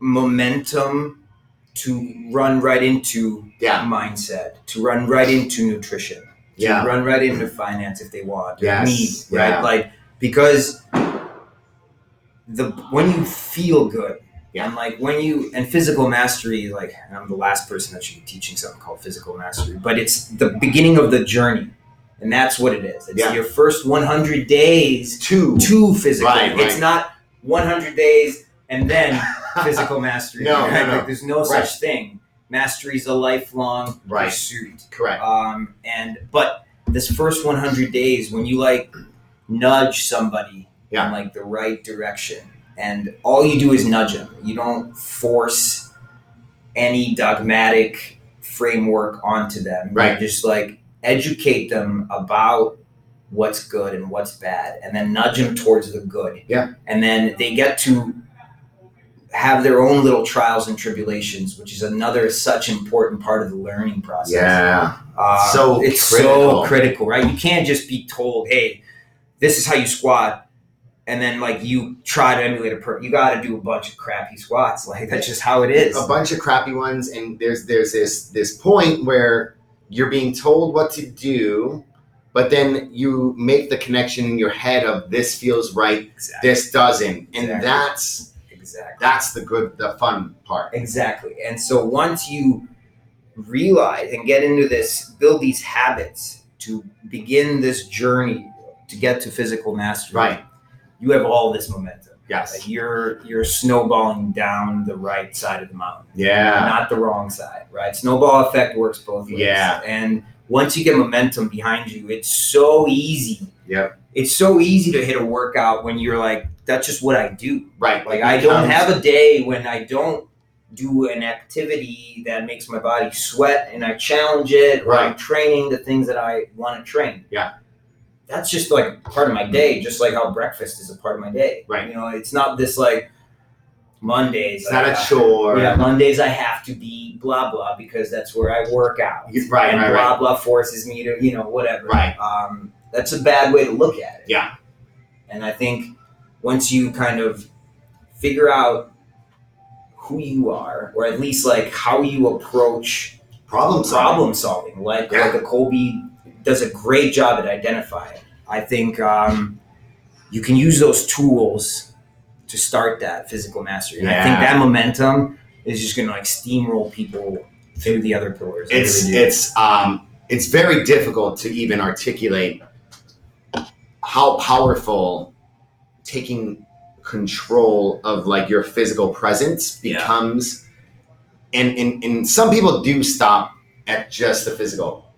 S1: momentum to run right into
S2: Yeah,
S1: mindset, to run right into nutrition, to
S2: yeah,
S1: run right into finance if they want, or
S2: Yes,
S1: need,
S2: yeah.
S1: right? Like because the when you feel good.
S2: Yeah.
S1: And like when you and physical mastery, like and I'm the last person that should be teaching something called physical mastery, but it's the beginning of the journey, and that's what it is. It's
S2: Yeah.
S1: your first 100 days
S2: two.
S1: too physical.
S2: Right, right.
S1: It's not 100 days and then physical mastery.
S2: No, no,
S1: right?
S2: no.
S1: Like, there's no
S2: Right.
S1: such thing. Mastery is a lifelong
S2: Right.
S1: pursuit.
S2: Correct.
S1: Um, and but this first 100 days, when you like nudge somebody
S2: Yeah.
S1: in like the right direction, and all you do is nudge them. You don't force any dogmatic framework onto them. You
S2: Right.
S1: just like educate them about what's good and what's bad, and then nudge them towards the good.
S2: Yeah.
S1: And then they get to have their own little trials and tribulations, which is another such important part of the learning process.
S2: Yeah.
S1: Uh,
S2: So
S1: it's
S2: critical.
S1: so critical, right? You can't just be told, "Hey, this is how you squat," and then like you try to emulate a per. You got to do a bunch of crappy squats. Like that's just how it is.
S2: a bunch of crappy ones and there's there's this this point where you're being told what to do but then you make the connection in your head of this feels right
S1: Exactly.
S2: this doesn't and
S1: Exactly.
S2: that's
S1: Exactly.
S2: that's the good the fun part
S1: Exactly. And so once you realize and get into this, build these habits to begin this journey to get to physical mastery.
S2: right
S1: You have all this momentum.
S2: yes
S1: Like you're you're snowballing down the right side of the mountain.
S2: yeah
S1: not the wrong side, right? Snowball effect works both ways.
S2: Yeah.
S1: And once you get momentum behind you, it's so easy.
S2: Yep.
S1: It's so easy to hit a workout when you're like, that's just what I do.
S2: right
S1: Like I don't have a day when I don't do an activity that makes my body sweat and I challenge it. or I'm
S2: Right.
S1: training the things that I want to train.
S2: Yeah. Mm-hmm.
S1: That's just like part of my day, just like how breakfast is a part of my day.
S2: Right.
S1: You know, it's not this like Mondays.
S2: it's not
S1: like,
S2: a
S1: uh,
S2: chore
S1: yeah, Mondays I have to be blah blah because that's where I work out.
S2: You- right
S1: and
S2: right
S1: blah
S2: right
S1: blah forces me to, you know, whatever.
S2: Right.
S1: Um, that's a bad way to look at it.
S2: Yeah.
S1: And I think once you kind of figure out who you are, or at least like how you approach
S2: problem solving
S1: problem solving, like
S2: Yeah.
S1: like a Colby does a great job at identifying. I think um, you can use those tools to start that physical mastery. And I think
S2: Yeah.
S1: that momentum is just gonna like steamroll people through the other pillars. I
S2: it's
S1: really do.
S2: it's um it's very difficult to even articulate how powerful taking control of like your physical presence
S1: Yeah.
S2: becomes and, and and some people do stop at just the physical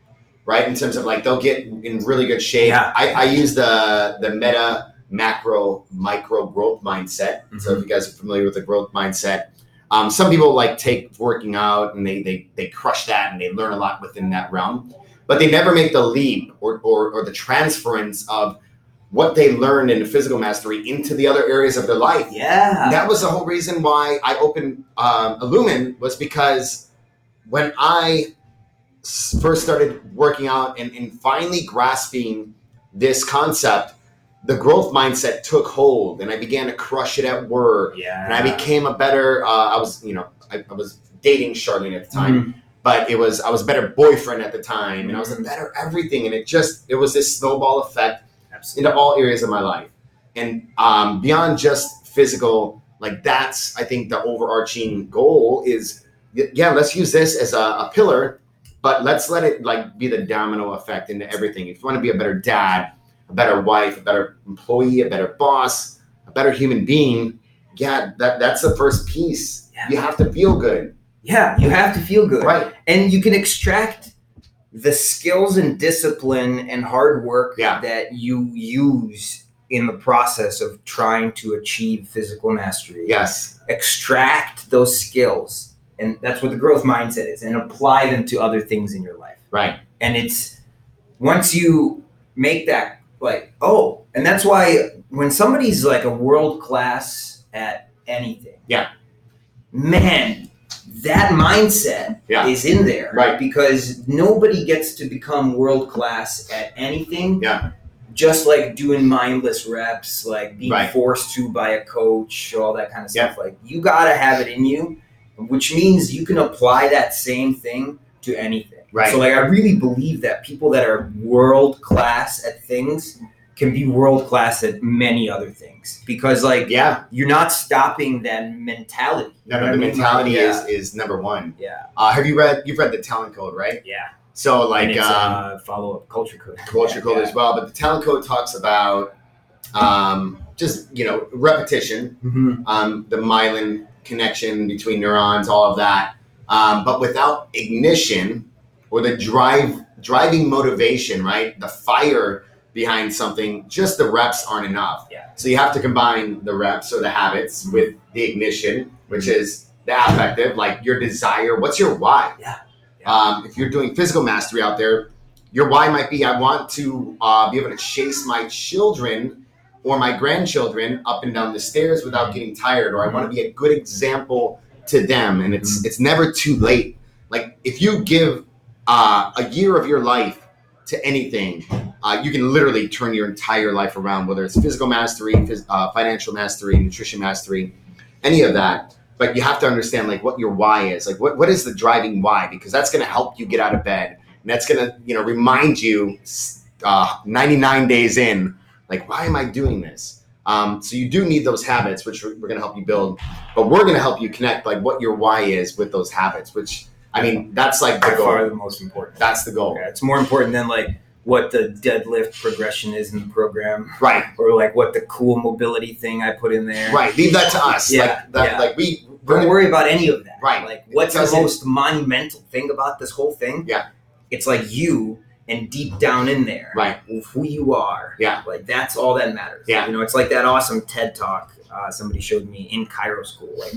S2: right in terms of like they'll get in really good shape
S1: Yeah.
S2: I, I use the the meta macro micro growth mindset so if you guys are familiar with the growth mindset um, some people like take working out and they, they they crush that and they learn a lot within that realm, but they never make the leap or or, or the transference of what they learned in the physical mastery into the other areas of their life. And
S1: yeah.
S2: that was the whole reason why I opened um, Illumin was because when I s- first started working out and, and finally grasping this concept, the growth mindset took hold and I began to crush it at work
S1: Yeah.
S2: and I became a better. Uh, I was, you know, I, I was dating Charlene
S1: Mm-hmm.
S2: at the time, but it was I was a better boyfriend at the time, and I was a
S1: Mhm.
S2: better everything. And it just it was this snowball effect
S1: Absolutely.
S2: into all areas of my life, and um, beyond just physical. Like that's I think the overarching goal is y- yeah, let's use this as a, a pillar, but let's let it like be the domino effect into everything. If you want to be a better dad, a better wife, a better employee, a better boss, a better human being. Yeah, that, that's the first piece.
S1: Yeah.
S2: You have to feel good,
S1: Yeah, you have to feel good.
S2: right?
S1: and you can extract the skills and discipline and hard work
S2: Yeah.
S1: that you use in the process of trying to achieve physical mastery.
S2: Yes,
S1: Extract those skills. And that's what the growth mindset is, and apply them to other things in your life.
S2: right.
S1: And it's once you make that like oh, and that's why when somebody's like a world class at anything,
S2: Yeah.
S1: man, that mindset
S2: Yeah.
S1: is in there,
S2: Right.
S1: Because nobody gets to become world class at anything,
S2: Yeah.
S1: Just like doing mindless reps, like being
S2: Right.
S1: forced to by a coach, all that kind of stuff. Like you gotta have it in you, which means you can apply that same thing to anything.
S2: Right.
S1: So like I really believe that people that are world class at things can be world class at many other things because like
S2: Yeah,
S1: you're not stopping that mentality. You
S2: no,
S1: know
S2: no, the
S1: what I mean?
S2: mentality
S1: Like,
S2: is is number one.
S1: yeah,
S2: Uh, have you read? You've read the Talent Code, right?
S1: yeah, yeah.
S2: So like
S1: and it's,
S2: um,
S1: uh, follow up culture code,
S2: culture
S1: Yeah,
S2: code
S1: yeah.
S2: as well, but the Talent Code talks about um, just you know repetition,
S1: Mhm.
S2: um, the myelin connection between neurons, all of that. Um, but without ignition or the drive, driving motivation, right? The fire behind something, just the reps aren't enough.
S1: Yeah.
S2: So you have to combine the reps or the habits
S1: Mhm.
S2: with the ignition, which
S1: Mm-hmm.
S2: is the affective, like your desire. What's your why?
S1: Yeah. Yeah.
S2: Um, if you're doing physical mastery out there, your why might be I want to uh, be able to chase my children or my grandchildren up and down the stairs
S1: Mm-hmm.
S2: without getting tired or i want to be a good example to them and it's it's never too late like if you give uh, a year of your life to anything uh, you can literally turn your entire life around whether it's physical mastery phys- uh, financial mastery nutrition mastery any of that but you have to understand like what your why is like what, what is the driving why because that's going to help you get out of bed and that's going to you know remind you uh, 99 days in like why am i doing this um, so you do need those habits which we're, we're going to help you build but we're going to help you connect like what your why is with those habits which i mean that's like the
S1: by far
S2: goal
S1: the most important.
S2: that's the goal
S1: Yeah, it's more important than like what the deadlift progression is in the program,
S2: right
S1: or like what the cool mobility thing I put in there.
S2: right leave that to us
S1: Yeah,
S2: like that
S1: yeah.
S2: like we we're
S1: Don't
S2: gonna-
S1: worry about any of that.
S2: Right.
S1: Like, what's the
S2: doesn't-
S1: most monumental thing about this whole thing?
S2: Yeah.
S1: It's like you and deep down in there,
S2: Right.
S1: who you are.
S2: Yeah.
S1: Like, that's all that matters.
S2: Yeah.
S1: You know, it's like that awesome TED talk uh, somebody showed me in Cairo school, like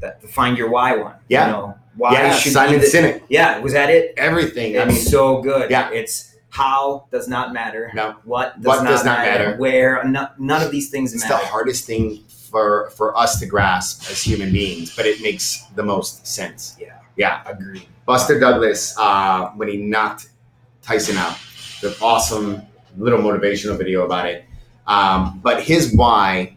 S1: that the find your why one.
S2: Yeah.
S1: You know, why
S2: yeah
S1: should
S2: simon
S1: you?
S2: sinek
S1: yeah. Was that it?
S2: everything i
S1: It's
S2: mean
S1: so good.
S2: Yeah.
S1: It's how does not matter.
S2: No.
S1: What does
S2: What
S1: not
S2: does not
S1: matter.
S2: matter.
S1: Where no, none of these things
S2: it's the
S1: matter.
S2: hardest thing for for us to grasp as human beings but it makes the most sense
S1: Yeah.
S2: yeah
S1: Agreed.
S2: Buster Douglas, uh, when he knocked Tyson out, the awesome little motivational video about it. Um, but his why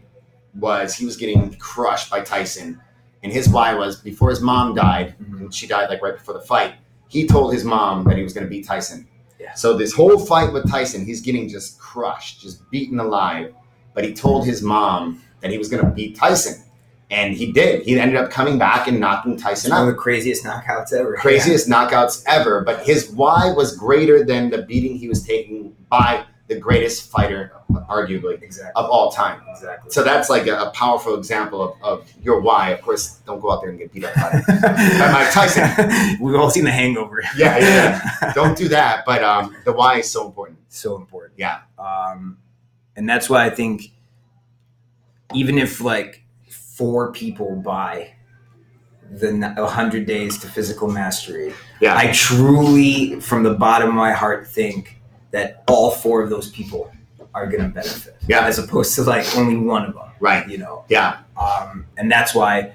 S2: was he was getting crushed by Tyson. And his why was before his mom died,
S1: Mhm.
S2: and she died like right before the fight, he told his mom that he was going to beat Tyson.
S1: Yeah.
S2: So this whole fight with Tyson, he's getting just crushed, just beaten alive. But he told his mom that he was going to beat Tyson. And he did. He ended up coming back and knocking
S1: It's
S2: Tyson out
S1: one of the craziest knockouts ever.
S2: craziest knockouts ever, but his why was greater than the beating he was taking by the greatest fighter, arguably,
S1: Yeah, exactly.
S2: of all time.
S1: Exactly.
S2: So that's like a, a powerful example of, of your why. Of course, don't go out there and get beat up by Mike Tyson.
S1: We've all seen The Hangover.
S2: Yeah, yeah, Don't do that, but um, the why is so important.
S1: so important.
S2: Yeah.
S1: Um, and that's why I think even if like four people buy the n- 100 days to physical mastery,
S2: Yeah.
S1: I truly, from the bottom of my heart, think that all four of those people are going to benefit.
S2: Yeah.
S1: As opposed to like only one of them,
S2: right.
S1: you know?
S2: Yeah.
S1: Um, and that's why,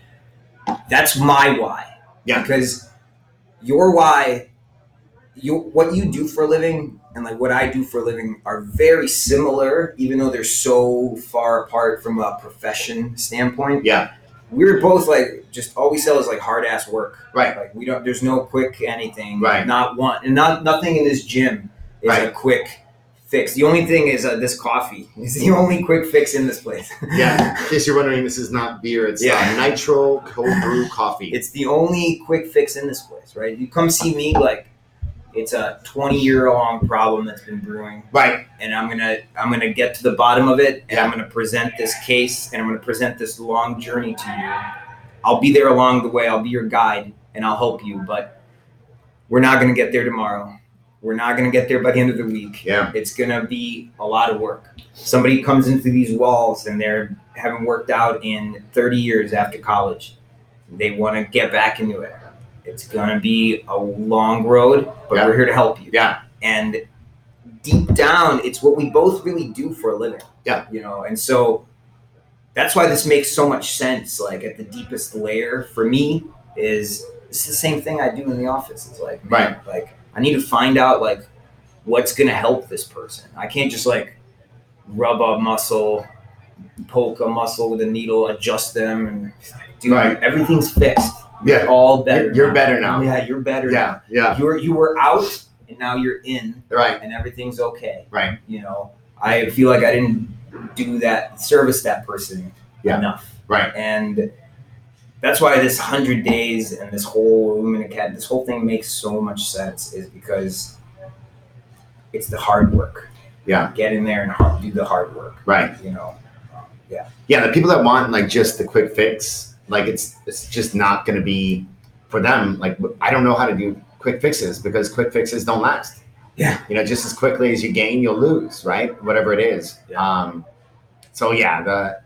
S1: that's my why.
S2: Yeah.
S1: Because your why, you what you do for a living and like what I do for a living are very similar, even though they're so far apart from a profession standpoint.
S2: Yeah.
S1: We're both like just all we sell is like hard ass work.
S2: Right.
S1: Like we don't. There's no quick anything.
S2: Right.
S1: Not one. And not nothing in this gym is a
S2: Right.
S1: quick fix. The only thing is uh, this coffee is the only quick fix in this place.
S2: Yeah. In case you're wondering, this is not beer. It's
S1: Yeah.
S2: uh, nitro cold brew coffee.
S1: It's the only quick fix in this place, right? You come see me, like it's a 20 year long problem that's been brewing,
S2: right.
S1: and I'm gonna I'm gonna get to the bottom of it, and
S2: Yeah.
S1: I'm gonna present this case, and I'm gonna present this long journey to you. I'll be there along the way. I'll be your guide, and I'll help you. But we're not gonna get there tomorrow. We're not gonna get there by the end of the week.
S2: Yeah.
S1: It's gonna be a lot of work. Somebody comes into these walls and they're haven't worked out in 30 years after college. They want to get back into it. It's gonna be a long road, but
S2: Yeah.
S1: we're here to help you.
S2: Yeah.
S1: And deep down, it's what we both really do for a living.
S2: Yeah.
S1: You know, and so that's why this makes so much sense. Like at the deepest layer for me is it's the same thing I do in the office. It's like man, like I need to find out like what's gonna help this person. I can't just like rub a muscle, poke a muscle with a needle, adjust them, and dude,
S2: Right.
S1: everything's fixed.
S2: Yeah.
S1: All better.
S2: You're- you're
S1: now.
S2: better now.
S1: Yeah, you're better.
S2: Yeah. Yeah.
S1: now. You were you were out and now you're in
S2: Right.
S1: and everything's okay.
S2: Right.
S1: You know, I feel like I didn't do that service that person
S2: Yeah.
S1: enough.
S2: Right.
S1: And that's why this hundred days and this whole women academy, this whole thing makes so much sense, is because it's the hard work.
S2: Yeah.
S1: Get in there and har do the hard work.
S2: Right.
S1: You know. Yeah.
S2: Yeah. The people that want like just the quick fix, like it's it's just not going to be for them. Like I don't know how to do quick fixes because quick fixes don't last.
S1: Yeah.
S2: You know, just as quickly as you gain, you'll lose. Right. Whatever it is.
S1: Yeah.
S2: Um. So yeah, the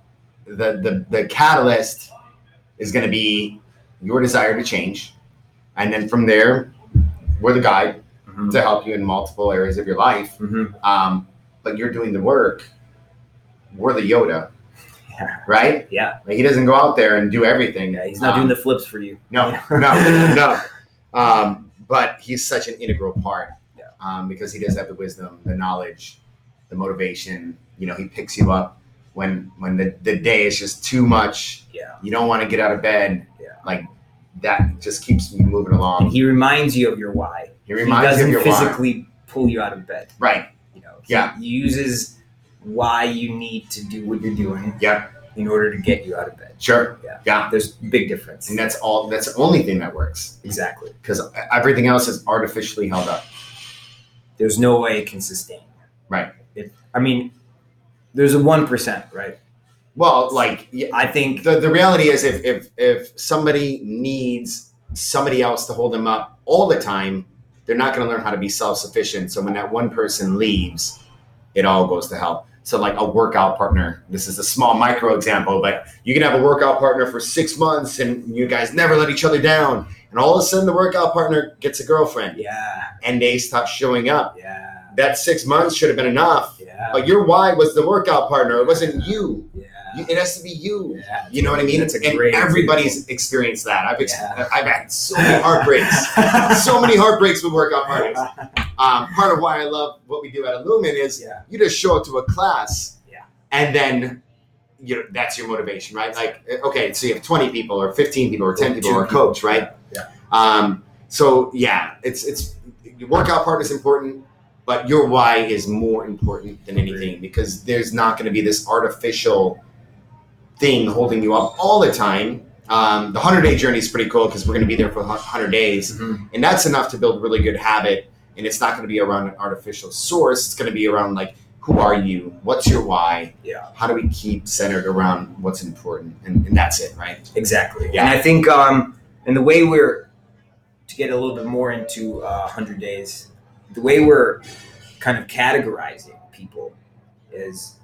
S2: the the the catalyst is going to be your desire to change, and then from there, we're the guide
S1: Mhm.
S2: to help you in multiple areas of your life.
S1: Mhm.
S2: um, but you're doing the work. We're the Yoda,
S1: Yeah.
S2: right?
S1: Yeah.
S2: Like he doesn't go out there and do everything. Um,
S1: Yeah. He's not doing the flips for you.
S2: no, no, no. Um, but he's such an integral part
S1: Yeah.
S2: um, because he does have the wisdom, the knowledge, the motivation. You know, he picks you up when when the, the day is just too much.
S1: Yeah.
S2: You don't want to get out of bed.
S1: Yeah.
S2: Like that just keeps you moving
S1: And
S2: along.
S1: he reminds you of your why.
S2: He reminds
S1: he doesn't
S2: you of your why.
S1: physically pull you out of bed.
S2: Right.
S1: you know
S2: Yeah.
S1: he uses why you need to do what you're doing
S2: Yeah.
S1: in order to get you out of bed
S2: Sure.
S1: Yeah.
S2: yeah.
S1: there's a big difference
S2: And that's all. That's the only thing that works.
S1: exactly
S2: because everything else is artificially held up.
S1: there's no way it can sustain
S2: Right.
S1: it, i mean there's a 1% right
S2: Well, like yeah,
S1: i think
S2: the, the reality is, if, if if somebody needs somebody else to hold them up all the time, they're not going to learn how to be self sufficient. So when that one person leaves, it all goes to hell. So like a workout partner, this is a small micro example, but you can have a workout partner for six months and you guys never let each other down, and all of a sudden the workout partner gets a girlfriend
S1: yeah
S2: and they stop showing up.
S1: yeah
S2: That six months should have been enough
S1: yeah
S2: But your why was the workout partner. It wasn't you.
S1: yeah,
S2: You- It has to be you.
S1: yeah.
S2: You know what I mean?
S1: That's a
S2: and
S1: great
S2: everybody's experienced that. I've ex-
S1: Yeah.
S2: I've had so many heartbreaks, so many heartbreaks with workout partners.
S1: yeah
S2: Um, part of why I love what we do at Illumin is you just show up to a class,
S1: Yeah.
S2: and then you know, that's your motivation, right? Like, eh, okay, so you have twenty people, or fifteen people, or ten
S1: Or
S2: people,
S1: two
S2: or a coach,
S1: people.
S2: right?
S1: Yeah.
S2: Um, so yeah, it's it's your workout part is important, but your why is more important than anything because there's not going to be this artificial thing holding you up all the time. Um, the hundred day journey is pretty cool because we're going to be there for hundred days
S1: Mhm.
S2: and that's enough to build really good habit and it's not going to be around an artificial source it's going to be around like who are you what's your why
S1: Yeah.
S2: how do we keep centered around what's important and, and that's it right
S1: exactly
S2: Yeah.
S1: and i think um and the way we're to get a little bit more into uh, 100 days the way we're kind of categorizing people is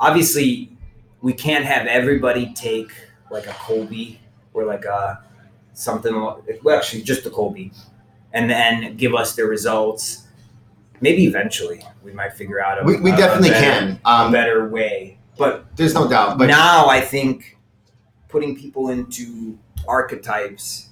S1: obviously we can't have everybody take like a Colby or like a something al- well actually just a Colby and then give us their results. Maybe eventually we might figure out a
S2: we, we
S1: a- a
S2: definitely
S1: better-
S2: can
S1: a
S2: um,
S1: better way. But
S2: there's no doubt but
S1: now I think putting people into archetypes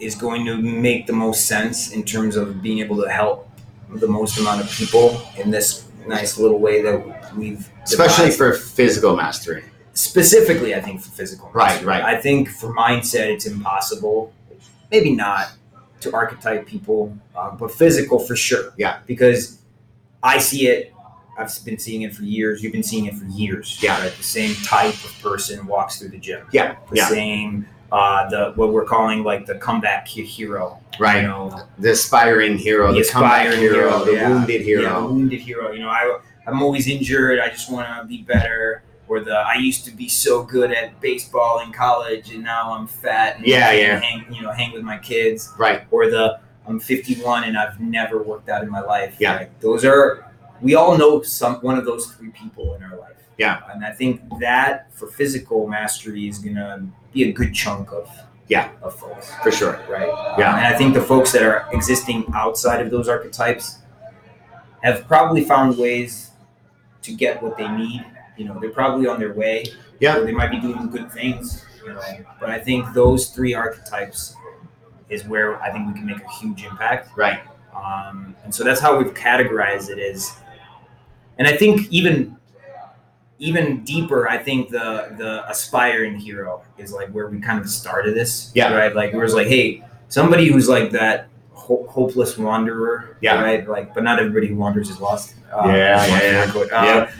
S1: is going to make the most sense in terms of being able to help the most amount of people in this nice little way that we've
S2: especially
S1: devised.
S2: for physical mastery
S1: specifically I think for physical
S2: Right, right.
S1: I think for mindset it's impossible maybe not to archetype people um, but physical for sure
S2: Yeah.
S1: because I see it I've been seeing it for years you've been seeing it for years
S2: Yeah.
S1: right? the same type of person walks through the gym
S2: Yeah,
S1: the
S2: yeah.
S1: same uh, the what we're calling like the comeback he- hero you
S2: right
S1: know
S2: the aspiring hero
S1: The
S2: the, comeback
S1: aspiring
S2: hero,
S1: hero,
S2: the
S1: yeah.
S2: wounded hero
S1: Yeah, the wounded hero. You know, I I'm always injured. I just want to be better. Or the I used to be so good at baseball in college, and now I'm fat. And
S2: Yeah,
S1: I can
S2: yeah.
S1: Hang, you know, hang with my kids.
S2: right
S1: Or the I'm 51 and I've never worked out in my life.
S2: Yeah.
S1: Like, those are we all know some one of those three people in our life.
S2: Yeah.
S1: And I think that for physical mastery is gonna be a good chunk of
S2: Yeah.
S1: of folks
S2: for sure
S1: right? Um,
S2: Yeah.
S1: and I think the folks that are existing outside of those archetypes have probably found ways to get what they need. You know, they're probably on their way.
S2: Yeah.
S1: Or they might be doing good things. You know, but I think those three archetypes is where I think we can make a huge impact.
S2: Right.
S1: Um, and so that's how we've categorized it is. And I think even even deeper, I think the the aspiring hero is like where we kind of started this.
S2: Yeah.
S1: Right. Like where it's like, hey, somebody who's like that ho- hopeless wanderer.
S2: Yeah.
S1: Right. Like, but not everybody who wanders is lost. Uh,
S2: Yeah, yeah, yeah.
S1: quote, unquote.
S2: Yeah.
S1: Uh,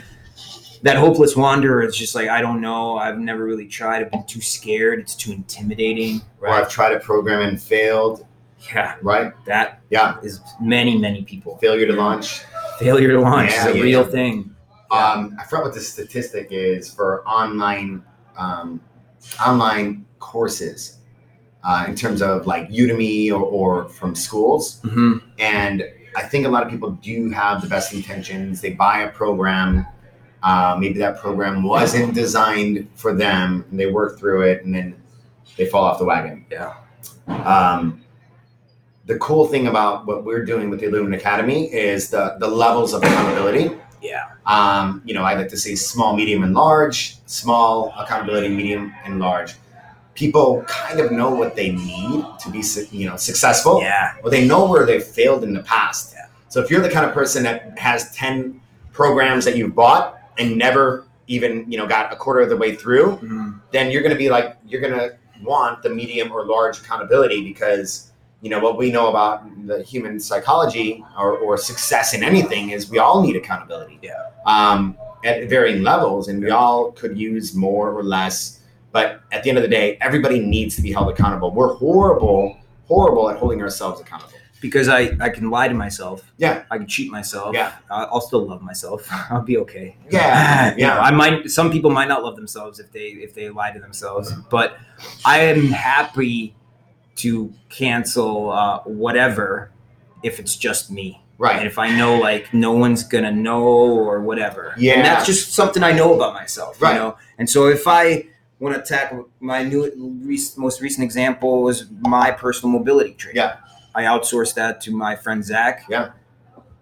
S1: That hopeless wanderer is just like I don't know. I've never really tried. I've been too scared. It's too intimidating.
S2: Or I've tried to program and failed.
S1: Yeah.
S2: Right.
S1: That
S2: Yeah.
S1: is many many people.
S2: Failure to launch.
S1: Failure to launch
S2: Yeah,
S1: is a
S2: yeah,
S1: real
S2: yeah.
S1: thing.
S2: Um, I forgot what the statistic is for online um, online courses uh, in terms of like Udemy or, or from schools.
S1: hmm
S2: And I think a lot of people do have the best intentions. They buy a program. Uh, maybe that program wasn't designed for them and they work through it and then they fall off the wagon.
S1: Yeah.
S2: Um, the cool thing about what we're doing with the Illumin Academy is the, the levels of accountability.
S1: Yeah.
S2: Um, you know, I like to say small, medium, and large, small, accountability, medium, and large. People kind of know what they need to be, su- you know, successful
S1: Yeah.
S2: well, they know where they've failed in the past.
S1: Yeah.
S2: So if you're the kind of person that has 10 programs that you've bought and never even, you know, got a quarter of the way through,
S1: Mhm.
S2: then you're going to be like, you're going to want the medium or large accountability because, you know, what we know about the human psychology or, or success in anything is we all need accountability.
S1: Yeah.
S2: Um, at varying levels, and we all could use more or less. But at the end of the day, everybody needs to be held accountable. We're horrible, horrible at holding ourselves accountable.
S1: Because I I can lie to myself.
S2: Yeah.
S1: I can cheat myself.
S2: Yeah.
S1: I- I'll still love myself. I'll be okay.
S2: Yeah,
S1: You know,
S2: yeah.
S1: I might. Some people might not love themselves if they if they lie to themselves.
S2: Mm-hmm.
S1: But I am happy to cancel uh, whatever if it's just me. And
S2: Right.
S1: if I know like no one's gonna know or whatever.
S2: Yeah.
S1: And that's just something I know about myself.
S2: Right.
S1: You know? And so if I want to tackle my new rec- most recent example was my personal mobility training.
S2: Yeah.
S1: I outsourced that to my friend Zach.
S2: Yeah.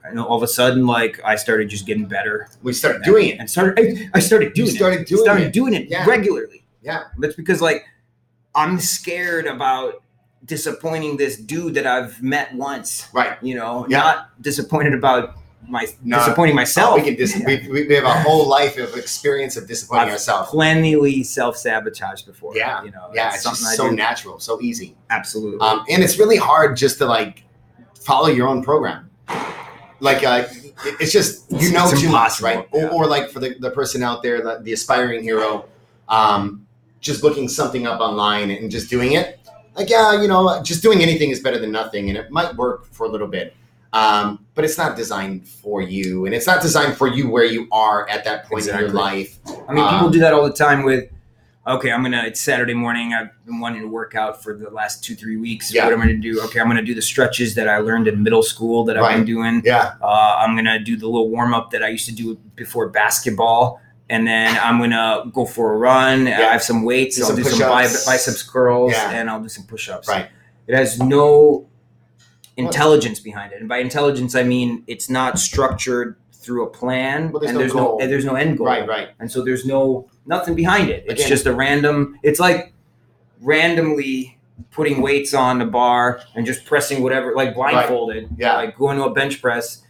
S1: And all of a sudden, like I started just getting better
S2: We started doing it.
S1: and started. I, I started
S2: You
S1: doing it.
S2: started doing
S1: started
S2: it.
S1: doing it
S2: Yeah.
S1: regularly.
S2: Yeah.
S1: That's because like I'm scared about disappointing this dude that I've met once
S2: Right.
S1: you know,
S2: Yeah.
S1: not disappointed about my
S2: No.
S1: disappointing
S2: So
S1: myself.
S2: we can dis- we, we we have a whole life of experience of disappointing
S1: I've
S2: ourselves.
S1: plenty self sabotaged before.
S2: Yeah.
S1: you know,
S2: Yeah,
S1: that's
S2: it's
S1: something
S2: just
S1: I
S2: so
S1: do.
S2: natural, so easy.
S1: absolutely.
S2: Um, and it's really hard just to like follow your own program. Like, uh, it- it's just you
S1: It's-
S2: know
S1: it's
S2: too much,
S1: impossible,
S2: right?
S1: yeah.
S2: Or, or like for the, the person out there, the, the aspiring hero, um, just looking something up online and just doing it. Like, yeah, you know, just doing anything is better than nothing, and it might work for a little bit. Um, but it's not designed for you, and it's not designed for you where you are at that point in your
S1: Exactly.
S2: life.
S1: I mean,
S2: um,
S1: people do that all the time with. Okay, I'm gonna. It's Saturday morning. I've been wanting to work out for the last two, three weeks.
S2: Yeah.
S1: What I'm gonna do? Okay, I'm gonna do the stretches that I learned in middle school that I've
S2: Right.
S1: been doing.
S2: Yeah,
S1: Uh, I'm gonna do the little warm up that I used to do before basketball, and then I'm gonna go for a run. I
S2: Yeah.
S1: have some weights.
S2: Do
S1: I'll
S2: some
S1: do some bi-
S2: push-ups.
S1: biceps curls,
S2: Yeah.
S1: and I'll do some push-ups.
S2: Right.
S1: It has no intelligence behind it, and by intelligence I mean it's not structured through a plan,
S2: Well, there's
S1: and
S2: no
S1: there's
S2: goal.
S1: no and there's no end goal,
S2: right, right.
S1: and so there's no nothing behind it. It's
S2: Again-
S1: just a random. It's like randomly putting weights on the bar and just pressing whatever, like blindfolded
S2: Yeah,
S1: like going to a bench press,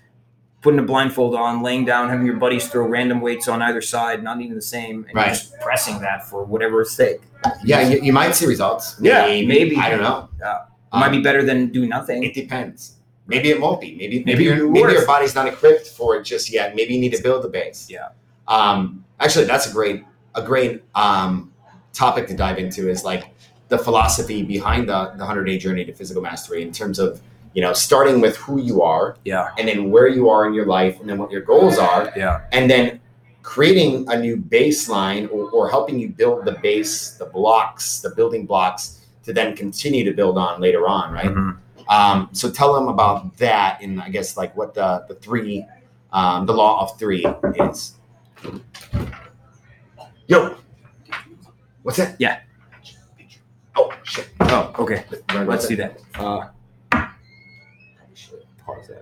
S1: putting a blindfold on, laying down, having your buddies throw random weights on either side, not even the same, and
S2: Right.
S1: just pressing that for whatever it's sake.
S2: yeah. You, you might see results.
S1: Yeah, maybe.
S2: I don't know.
S1: Yeah. It
S2: Um,
S1: might be better than do nothing.
S2: It depends. Maybe it won't be. Maybe
S1: Maybe
S2: maybe your,
S1: it'll be
S2: maybe your
S1: worse.
S2: body's not equipped for it just yet. Maybe you need to build a base.
S1: Yeah.
S2: Um. Actually, that's a great a great um topic to dive into is like the philosophy behind the the hundred day journey to physical mastery in terms of you know starting with who you are
S1: Yeah,
S2: and then where you are in your life and then what your goals are
S1: yeah,
S2: and then creating a new baseline or, or helping you build the base the blocks the building blocks to then continue to build on later on right um, so tell them about that, and I guess like what the the three, um, the law of three is. Yo, what's that?
S1: Yeah.
S2: Oh shit! Oh,
S1: Okay,
S2: sorry about
S1: Oh, let's do
S2: that.
S1: that. Uh,